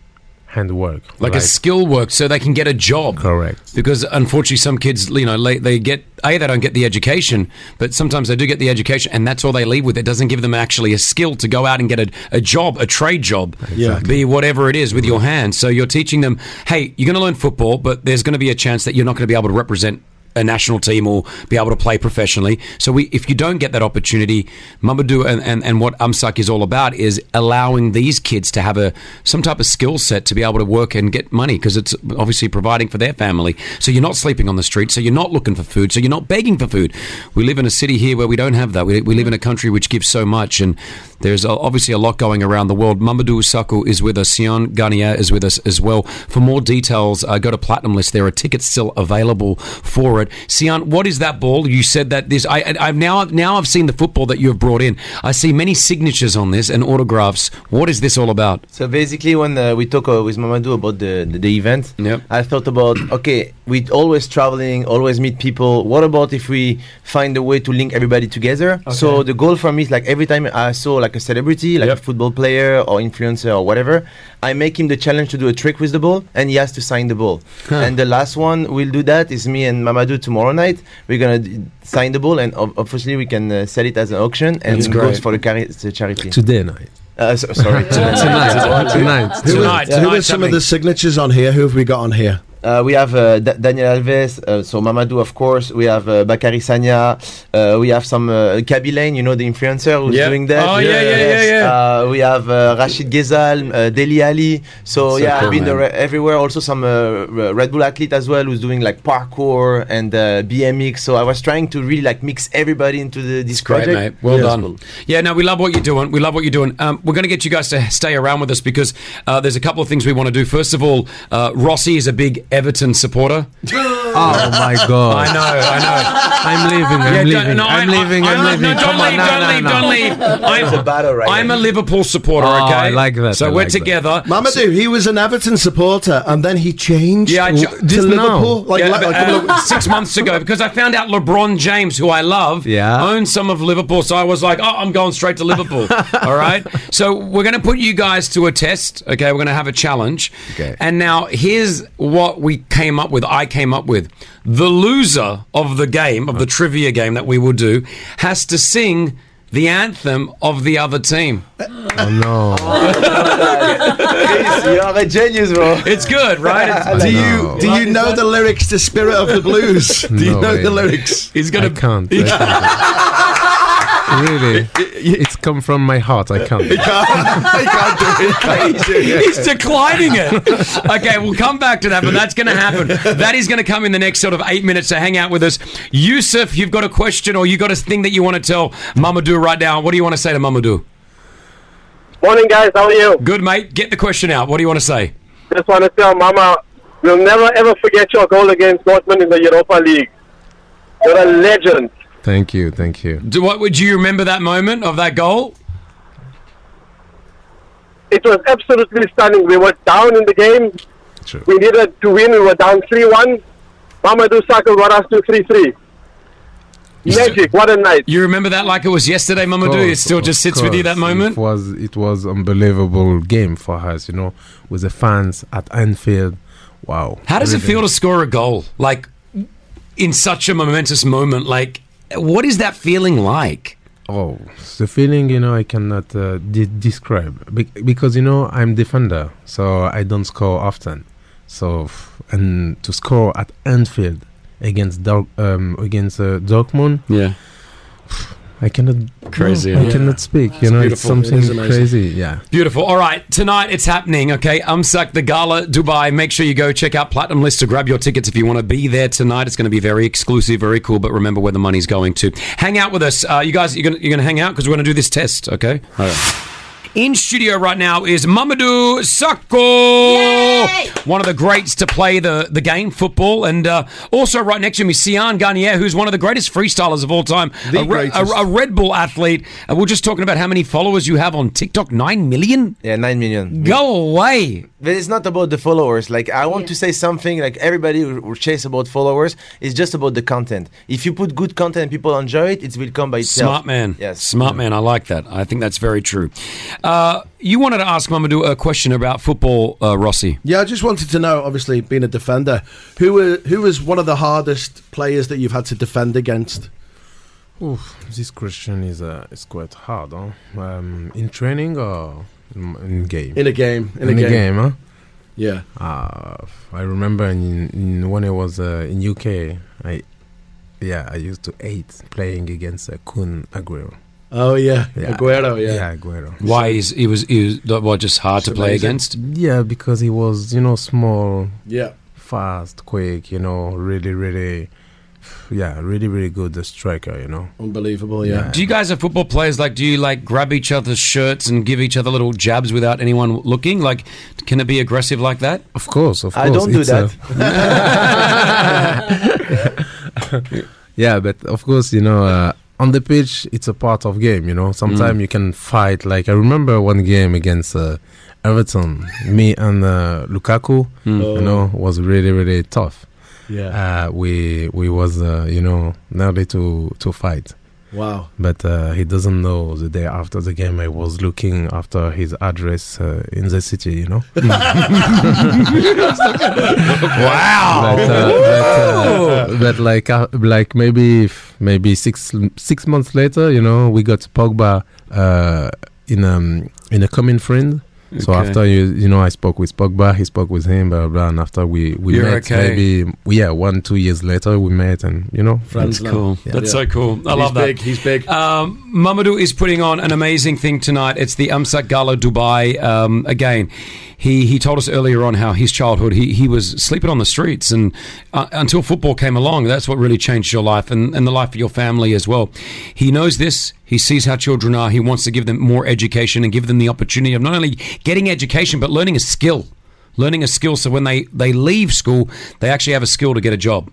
S19: handwork.
S7: like, a skill work so they can get a job correct because unfortunately some kids you know they, they get a they don't get the education but sometimes they do get the education and that's all they leave with it doesn't give them actually a skill to go out and get a, a job a trade job
S16: Yeah.
S7: be whatever it is with your hands so you're teaching them hey you're going to learn football but there's going to be a chance that you're not going to be able to represent a national team or be able to play professionally. So we, if you don't get that opportunity, Mamadou and, and, and what UMSUC is all about is allowing these kids to have a some type of skill set to be able to work and get money because it's obviously providing for their family. So you're not sleeping on the street. So you're not looking for food. So you're not begging for food. We live in a city here where we don't have that. We, we live in a country which gives so much and there's o- obviously a lot going around the world. Mamadou Usaku is with us. Sion Garnier is with us as well. For more details, uh, go to Platinum List. There are tickets still available for it. Sion, what is that ball? You said that this. I, I- I've now now I've seen the football that you have brought in. I see many signatures on this and autographs. What is this all about?
S18: So basically, when uh, we talk uh, with Mamadou about the, the, the event, I thought about okay, we always traveling, always meet people. What about if we find a way to link everybody together? So the goal for me is like every time I saw like a celebrity, like a football player or influencer or whatever, I make him the challenge to do a trick with the ball, and he has to sign the ball.
S16: Huh.
S18: And the last one we'll do that is me and Mamadou tomorrow night. We're gonna d- sign the ball, and ob- obviously we can uh, sell it as an auction and
S19: That's
S18: it
S19: great.
S18: goes for the, chari- the charity
S19: Today night.
S18: uh, so, (laughs)
S16: (laughs)
S18: sorry.
S19: Tonight, tonight, tonight.
S16: Who are, who are some of the signatures on here? Who have we got on here?
S18: Uh, we have uh, Da- Daniel Alves, uh, so Mamadou, of course. We have uh, Bakary Sanya. Uh, we have some uh, Kaby Lane, you know, the influencer who's
S16: Yeah.
S18: doing that.
S16: Oh, yeah, yeah, yeah,
S18: Uh, we have uh, Rashid Ghezal, uh, Deli Ali. So,
S16: So
S18: yeah,
S16: cool,
S18: I've been
S16: man.
S18: there everywhere. Also, some uh, r- Red Bull athlete as well who's doing like parkour and uh, BMX. So, I was trying to really like mix everybody into the, this
S7: Great,
S18: project.
S7: mate. Well
S18: Yeah.
S7: done. Yeah, no, we love what you're doing. We love what you're doing. Um, we're going to get you guys to stay around with us because uh, there's a couple of things we want to do. First of all, uh, Rossi is a big Everton supporter.
S19: (laughs) Oh my god!
S7: (laughs) I know, I know.
S19: I'm leaving. I'm
S7: Yeah, don't-
S19: leaving.
S7: no,
S19: I'm
S7: I-
S19: leaving.
S7: I-
S19: I'm
S7: I- no,
S19: leaving.
S7: don't
S19: Come on,
S7: leave,
S19: no,
S7: don't
S19: no,
S7: leave,
S19: no.
S7: don't leave. I'm- It's a battle right I'm a now. Liverpool supporter.
S19: Oh,
S7: okay,
S19: I like that,
S7: So
S19: I
S7: we're
S19: like that.
S7: together.
S16: Mamadou, he was an Everton supporter and then he changed
S7: Yeah, I ju-
S16: to Liverpool. Like,
S7: Yeah,
S16: like,
S7: but,
S16: like a
S7: uh,
S16: couple of-
S7: six months ago because I found out LeBron James, who I love, yeah. owns some of Liverpool. So I was like, oh, I'm going straight to Liverpool. All right. So we're going to put you guys to a test. Okay. We're going to have a challenge. Okay. And now here's what we came up with. I came up with the loser of the game, of the trivia game that we will do, has to sing the anthem of the other team.
S19: Oh no! (laughs)
S18: Chris, you are a genius, bro.
S7: It's
S16: (laughs)
S7: good, right?
S16: do you do you know the lyrics to Spirit of
S19: (laughs)
S16: the Blues? Do you
S19: No
S16: know
S19: way.
S16: the lyrics? eh?
S7: He's
S19: I can't. I can't.
S7: (laughs)
S19: really? It's come from my heart. I can't.
S16: (laughs)
S7: (laughs) He's declining it. Okay, we'll come back to that, but that's going to happen. That is going to come in the next sort of eight minutes. So hang out with us, Yusuf. You've got a question or you got a thing that you want to tell Mamadou right now. What do you want to say to Mamadou?
S4: Morning, guys. How are you?
S7: Good, mate. Get the question out. What do you want to say?
S4: Just want to tell Mama, we'll never ever forget your goal against Dortmund in the Europa League. You're a legend.
S19: Thank you. Thank you.
S7: Do what? Would you remember that moment of that goal?
S4: It was absolutely stunning. We were down in the game. We needed to win. We were down 3 1. Mamadou Sakho got us to 3 3. Magic, what a night.
S7: You remember that like it was yesterday, Mama Do? It still just sits with you that moment?
S19: It was it was unbelievable game for us, you know, with the fans at Anfield. Wow.
S7: How does it
S19: Really.
S7: feel to score a goal? Like in such a momentous moment, like what is that feeling like?
S19: Oh, the feeling you know I cannot uh, de- describe Be- because you know I'm defender, so I don't score often. So f- and to score at Anfield against Dor- um, against uh, Dortmund,
S7: yeah,
S19: I cannot
S7: Crazy,
S19: I
S7: yeah.
S19: cannot speak.
S7: It's
S19: you know, it's
S7: beautiful. It
S19: something
S7: is amazing.
S19: crazy. Yeah.
S7: Beautiful. All right, tonight it's happening. Okay, Umsak the Gala Dubai. Make sure you go check out Platinum List to grab your tickets if you want to be there tonight. It's going to be very exclusive, very cool. But remember where the money's going to. Hang out with us, uh, you guys. You're going you're to hang out because we're going to do this test. Okay. All right. In studio right now is Mamadou Sakho, one of the greats to play the, the game, football. And uh, also right next to him is Sian Garnier, who's one of the greatest freestylers of all time,
S18: The
S7: a, re- a,
S18: greatest.
S7: a Red Bull athlete. And we're just talking about how many followers you have on TikTok 9 million?
S18: Yeah, 9 million.
S7: Go away.
S18: But it's not about the followers. Like I want to say something. Like everybody will will chase about followers. It's just about the content. If you put good content, and people enjoy it. It will come by itself.
S7: Smart man. Yes. Smart man. I like that. I think that's very true. Uh, you wanted to ask Mamadou a question about football, uh, Rossi.
S16: Yeah, I just wanted to know. Obviously, being a defender, who were who was one of the hardest players that you've had to defend against?
S19: Oof, this question is uh, is quite hard. Huh? Um, in training or in, in game?
S16: In a game, in a game.
S19: huh?
S16: Yeah.
S19: Uh, I remember in, in when I was uh, in UK, I yeah I used to hate playing against uh, Kun Aguero.
S16: Oh yeah,
S19: Yeah.
S16: Aguero. Yeah,
S19: Yeah, Aguero.
S7: Why is he was he was that was just hard to play
S19: amazing.
S7: against?
S19: Yeah, because he was, you know, small.
S16: Yeah.
S19: Fast, quick, you know, really, really, yeah, really, really good uh, striker, you know.
S16: Unbelievable,
S7: Do you guys are football players like? Do you like grab each other's shirts and give each other little jabs without anyone looking? Like, can it be aggressive like that?
S19: Of course, of
S7: I
S19: course.
S7: don't do
S19: that. yeah, but of course, you know, uh, on the pitch, it's a part of game. You know, sometimes
S21: Mm.
S19: you can fight. Like I remember one game against uh, Everton, me and uh, Lukaku.
S21: Mm.
S19: You know, was really really tough.
S16: Yeah.
S19: uh, we we was uh, you know nearly to to fight.
S16: Wow.
S19: But uh, he doesn't know the day after the game. I was looking after his address uh, in the city, you know. (laughs)
S6: wow.
S19: but, uh, but, uh, but like uh, like maybe if- maybe six six months later, you know, we got Pogba uh, in um in a common friend. So
S21: Okay.
S19: after you you know I spoke with Pogba, he spoke with him, blah blah, blah and after we we
S7: You're
S19: met
S7: okay.
S19: maybe yeah one two years later we met and you know
S7: That's cool. That's so cool. I
S19: He's
S7: love that.
S19: big,
S16: He's big.
S7: Um, Mamadou is putting on an amazing thing tonight. It's the Umsak Gala Dubai. Um, again, he, he told us earlier on how his childhood he, he was sleeping on the streets, and uh, until football came along, that's what really changed your life and, and the life of your family as well. He knows this. He sees how children are. He wants to give them more education and give them the opportunity of not only getting education but learning a skill. Learning a skill so when they, they leave school, they actually have a skill to get a job.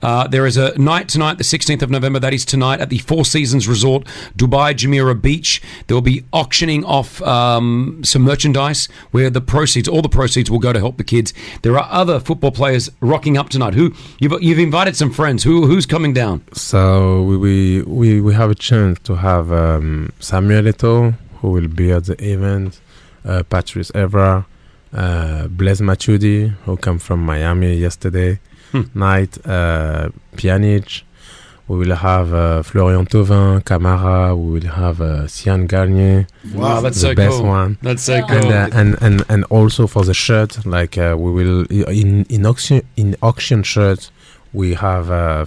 S7: Uh, there is a night tonight, the 16th of November. That is tonight at the Four Seasons Resort, Dubai Jumeirah Beach. There will be auctioning off um, some merchandise where the proceeds, all the proceeds, will go to help the kids. There are other football players rocking up tonight. Who you've, you've invited some friends? Who who's coming down?
S19: So we we, we, we have a chance to have um, Samuel Eto, who will be at the event, uh, Patrice Evra, uh, Blaise Machudi, who come from Miami yesterday
S21: Hmm.
S19: night, uh, Pjanic. We will have uh, Florian Thauvin, Camara. We will have uh, Sian Garnier.
S7: Wow, that's
S19: the
S7: so
S19: best
S7: cool.
S19: one.
S7: That's so
S19: And,
S7: cool.
S19: uh, and and and also for the shirt, like uh, we will in in auction in auction shirt, we have a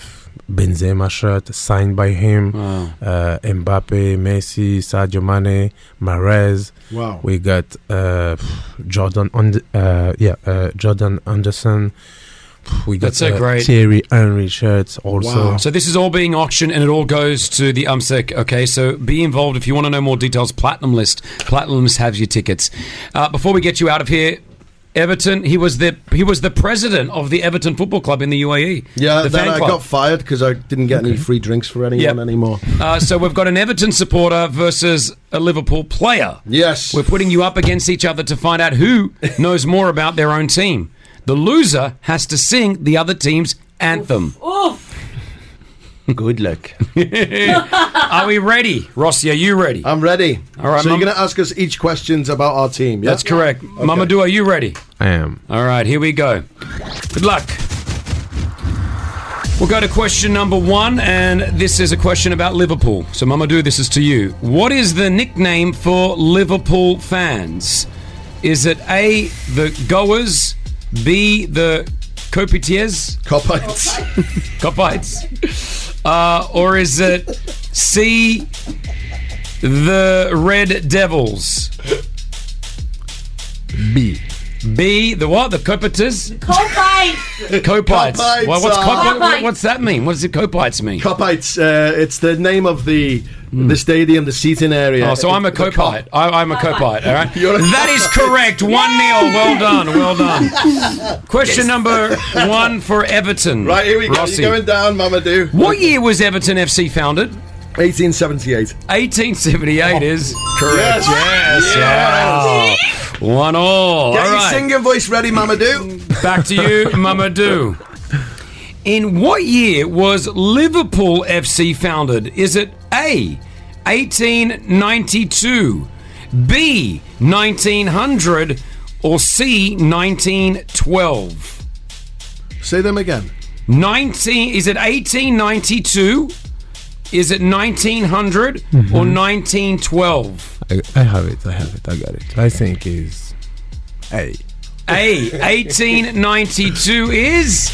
S19: Benzema shirt signed by him, uh, Mbappe, Messi, Sadio Mane, Mahrez.
S16: Wow.
S19: We got uh, Jordan, Und- uh, yeah, uh, Jordan Anderson. We got
S7: That's so
S19: uh,
S7: great.
S19: Thierry Henry shirts also.
S7: So this is all being auctioned and it all goes to the UMSEC. Okay, so be involved if you want to know more details. Platinum List. Platinum List has your tickets. Uh, before we get you out of here, Everton. He was the he was the president of the Everton Football Club in the UAE.
S16: Yeah,
S7: the
S16: then
S7: fan
S16: I
S7: club.
S16: got fired because I didn't get any free drinks for anyone
S7: Yep.
S16: anymore.
S7: Uh, so we've got an Everton supporter versus a Liverpool player.
S16: Yes.
S7: We're putting you up against each other to find out who knows more about their own team. The loser has to sing the other team's anthem.
S3: Oof.
S18: Good luck.
S7: (laughs) are we ready, Rossi? Are you ready?
S16: I'm ready.
S7: All right,
S16: So
S7: Mum-
S16: you're going to ask us each questions about our team. Yeah?
S7: That's correct. Mama Do, are you ready?
S19: I am.
S7: All right, here we go. Good luck. We'll go to question number one, and this is a question about Liverpool. So, Mama Do, this is to you. What is the nickname for Liverpool fans? Is it A, the Goers, B, the Copitiers? (laughs)
S16: Copites.
S7: Copites. Uh, or is it C, the Red Devils?
S16: B.
S7: B, the what? The Copites?
S3: Copites.
S7: Copites.
S16: Copites uh,
S7: Well, what's, cop-
S16: are-
S7: what- what's that mean? What does it copites mean? Hmm.
S16: Copites. Uh, it's the name of the the stadium, the seating area.
S7: Oh, so I'm a
S16: The cop-
S7: copite. I, I'm a copite. All right.
S16: You're a
S7: that is correct. One nil. Well done.
S16: (laughs)
S7: Well done.
S16: Yes.
S7: Question number one for Everton.
S16: Right, here we go.
S7: Rossi.
S16: You're going down, Mama Do.
S7: What year was Everton FC founded?
S16: 1878.
S7: 1878 is correct.
S16: Yes.
S7: Yes. yes. One all.
S16: Get
S7: all
S16: your
S7: right.
S16: singing voice ready, Mama Do.
S7: Back to you, Mamadou. In what year was Liverpool FC founded? Is it A, 1892, B, 1900, or C, 1912?
S16: Say them again.
S7: 19 is it 1892? Is it 1900
S19: Mhm.
S16: Mm-hmm.
S7: or 1912?
S19: I, I have it. I have it. I got it. I think is A.
S7: A, 1892 is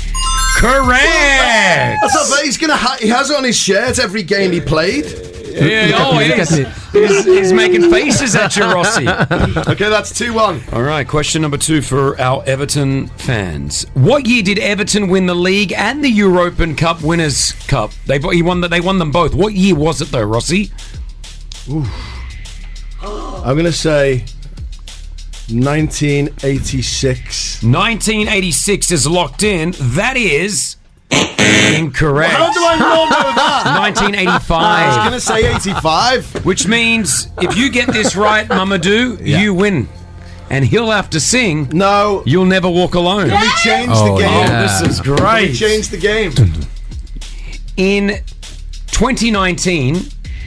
S7: correct.
S16: That's not bad. He's gonna ha- he has it on his shirt every game he played.
S7: Yeah, oh, he is. He's, he's making faces at you, Rossi.
S16: (laughs) okay, that's 2 1.
S7: All right, question number two for our Everton fans. What year did Everton win the league and the European Cup Winners' Cup? They, bo- he won, the, they won them both. What year was it, though, Rossi?
S16: I'm gonna say
S7: (laughs)
S16: (laughs) 1986.
S7: 1986 is locked in. That is incorrect.
S16: How do I not know that?
S7: 1985.
S16: I was gonna say 85.
S7: Which means if you get this right, Mamadou, you win. And he'll have to sing.
S16: No.
S7: You'll never walk alone.
S16: Can we change
S7: Oh,
S16: the game?
S7: yeah. Oh, this is
S16: Can
S7: great.
S16: we change the
S8: (laughs)
S16: game.
S7: In 2019,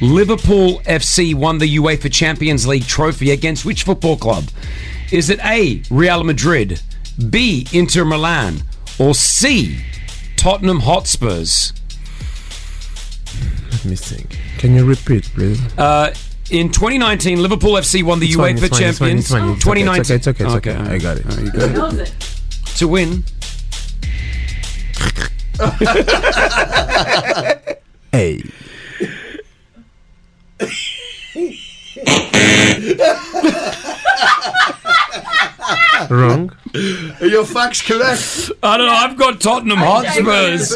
S7: Liverpool FC won the UEFA Champions League trophy against which football club? Is it A, Real Madrid, B, Inter Milan, or C, Tottenham Hotspurs?
S19: Let me think. Can you repeat, please?
S7: Uh, in 2019, Liverpool FC won the
S19: It's fine,
S7: UEFA
S19: it's fine, it's fine,
S7: Champions
S19: it's fine. It's okay,
S7: 2019.
S19: It's okay. It's okay. It's okay. I got it.
S7: To win.
S19: A. Wrong.
S16: Are your facts correct?
S7: I don't know. I've got Tottenham Hotspurs.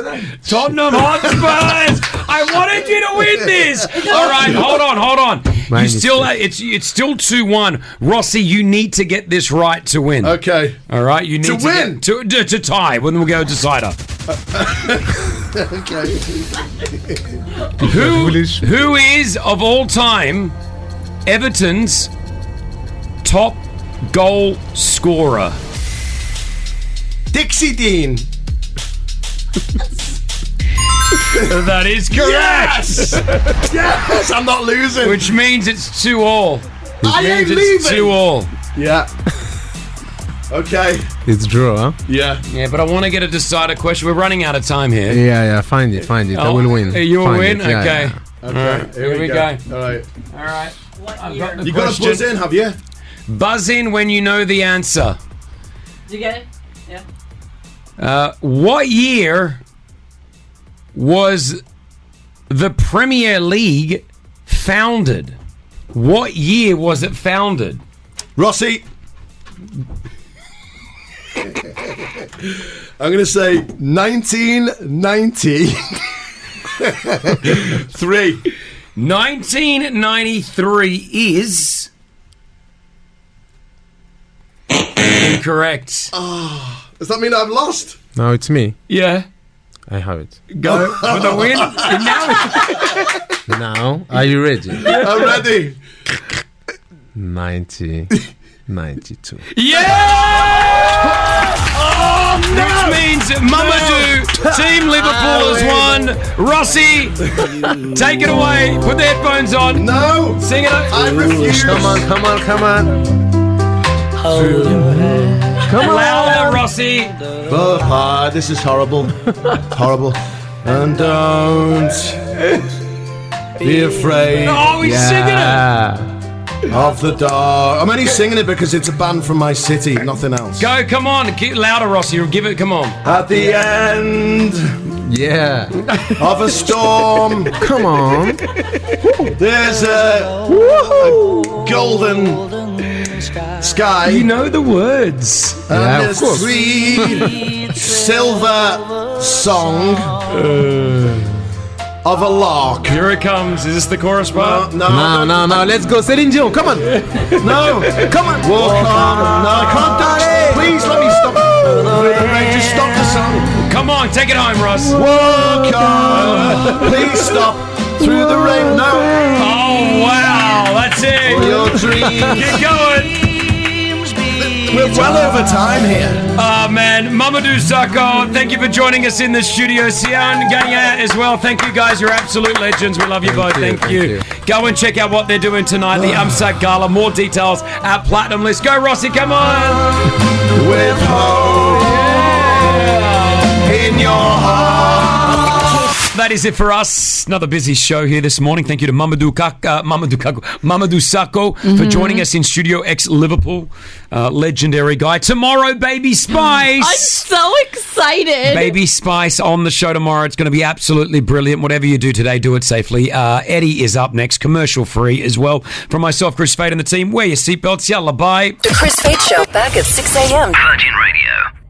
S7: Tottenham Hotspurs. I wanted you to win this. All right, hold on, hold on.
S19: Mine
S7: you
S19: is
S7: still it's it's still two one. Rossi, you need to get this right to win.
S16: Okay.
S7: All right, you need
S16: To
S7: to,
S16: win.
S7: get- to, to to tie. When we go decider,
S16: okay. (laughs)
S7: who who is of all time Everton's top goal scorer?
S16: Dixie Dean.
S7: that is correct.
S16: Yes! yes! I'm not losing.
S7: Which means it's two all.
S16: I
S7: Which
S16: ain't
S7: means it's
S16: leaving.
S7: Two all.
S16: Yeah. Okay.
S19: It's draw.
S16: Yeah.
S7: Yeah, but I want to get a decider question. We're running out of time here.
S19: Yeah, yeah. Find it. Find it. I
S7: Oh,
S19: will win.
S7: You will
S19: Find
S7: win?
S19: it, yeah,
S7: okay.
S19: yeah.
S7: All right. Here, we go.
S16: All right.
S7: All right. I've got the
S16: You got to
S7: question.
S16: buzz in, have you?
S7: Buzz in when you know the answer.
S3: Did you get it? Yeah.
S7: Uh, what year was the Premier League founded? What year was it founded?
S16: Rossi. I'm going to say 1990. Three.
S7: 1993 is incorrect.
S16: Oh, does that mean I've lost?
S19: Now it's me.
S7: Yeah.
S19: I have it.
S7: Go for the win.
S19: Now, are you
S7: (laughs)
S19: ready?
S16: I'm ready.
S7: (laughs)
S19: 90, 92.
S7: Yeah!
S16: Oh,
S7: Which means Mamadou, Team Liverpool has won. Rossi, take it away. Put the headphones on.
S16: No.
S7: Sing it. I
S16: refuse.
S7: Come on,
S18: come on, come on.
S16: Come on.
S7: Louder, Rossi.
S16: But, ah, this is horrible. horrible. And don't be afraid.
S7: Oh, he's
S16: singing it. Of the dark. I'm only singing it because it's a band from my city, nothing else.
S7: Go, come on. Get louder, Rossi. Give it, come on.
S16: At the end. Yeah. of a storm. Come on. There's a, a golden sky. You
S7: know the words.
S16: And
S6: Yeah, of
S16: there's
S6: course.
S16: sweet silver song of a lark.
S7: Here it comes. Is this the chorus
S16: part? No,
S6: No, no, no. Let's go. Celine Dion. Come on.
S16: (laughs) No, come on. Walk on. No, I can't do it. Please let me stop. Just stop the song.
S7: Come on, take it home, Ross.
S16: Walk on. Please stop. Through the rain. No.
S7: Oh, wow. That's it.
S16: For your dreams.
S7: Get going.
S16: We're well over time here.
S7: Ah, man. Mamadou Sakho, thank you for joining us in the studio. Sian Gagna as well. Thank you, guys. You're absolute legends. We love you both.
S6: you,
S7: Thank,
S6: thank
S7: you.
S6: you.
S7: Go and check out what they're doing tonight, the
S16: Ah.
S7: UMSAC Gala. More details at Platinum List. Go, Rossi. Come on.
S16: With hope in your heart.
S7: That is it for us. Another busy show here this morning. Thank you to Mamadou Kak, uh, Mamadou Kaku, Mamadou Sako for
S16: Mm-hmm.
S6: Mhm.
S7: joining us in Studio X Liverpool. Uh, legendary guy. Tomorrow, Baby Spice.
S3: I'm so excited.
S7: Baby Spice on the show tomorrow. It's going to be absolutely brilliant. Whatever you do today, do it safely. Uh, Eddie is up next, commercial free as well. From myself, Chris Fade, and the team, wear your seatbelts. Yalla, bye.
S5: The Chris Fade Show back at 6 a.m. Virgin Radio.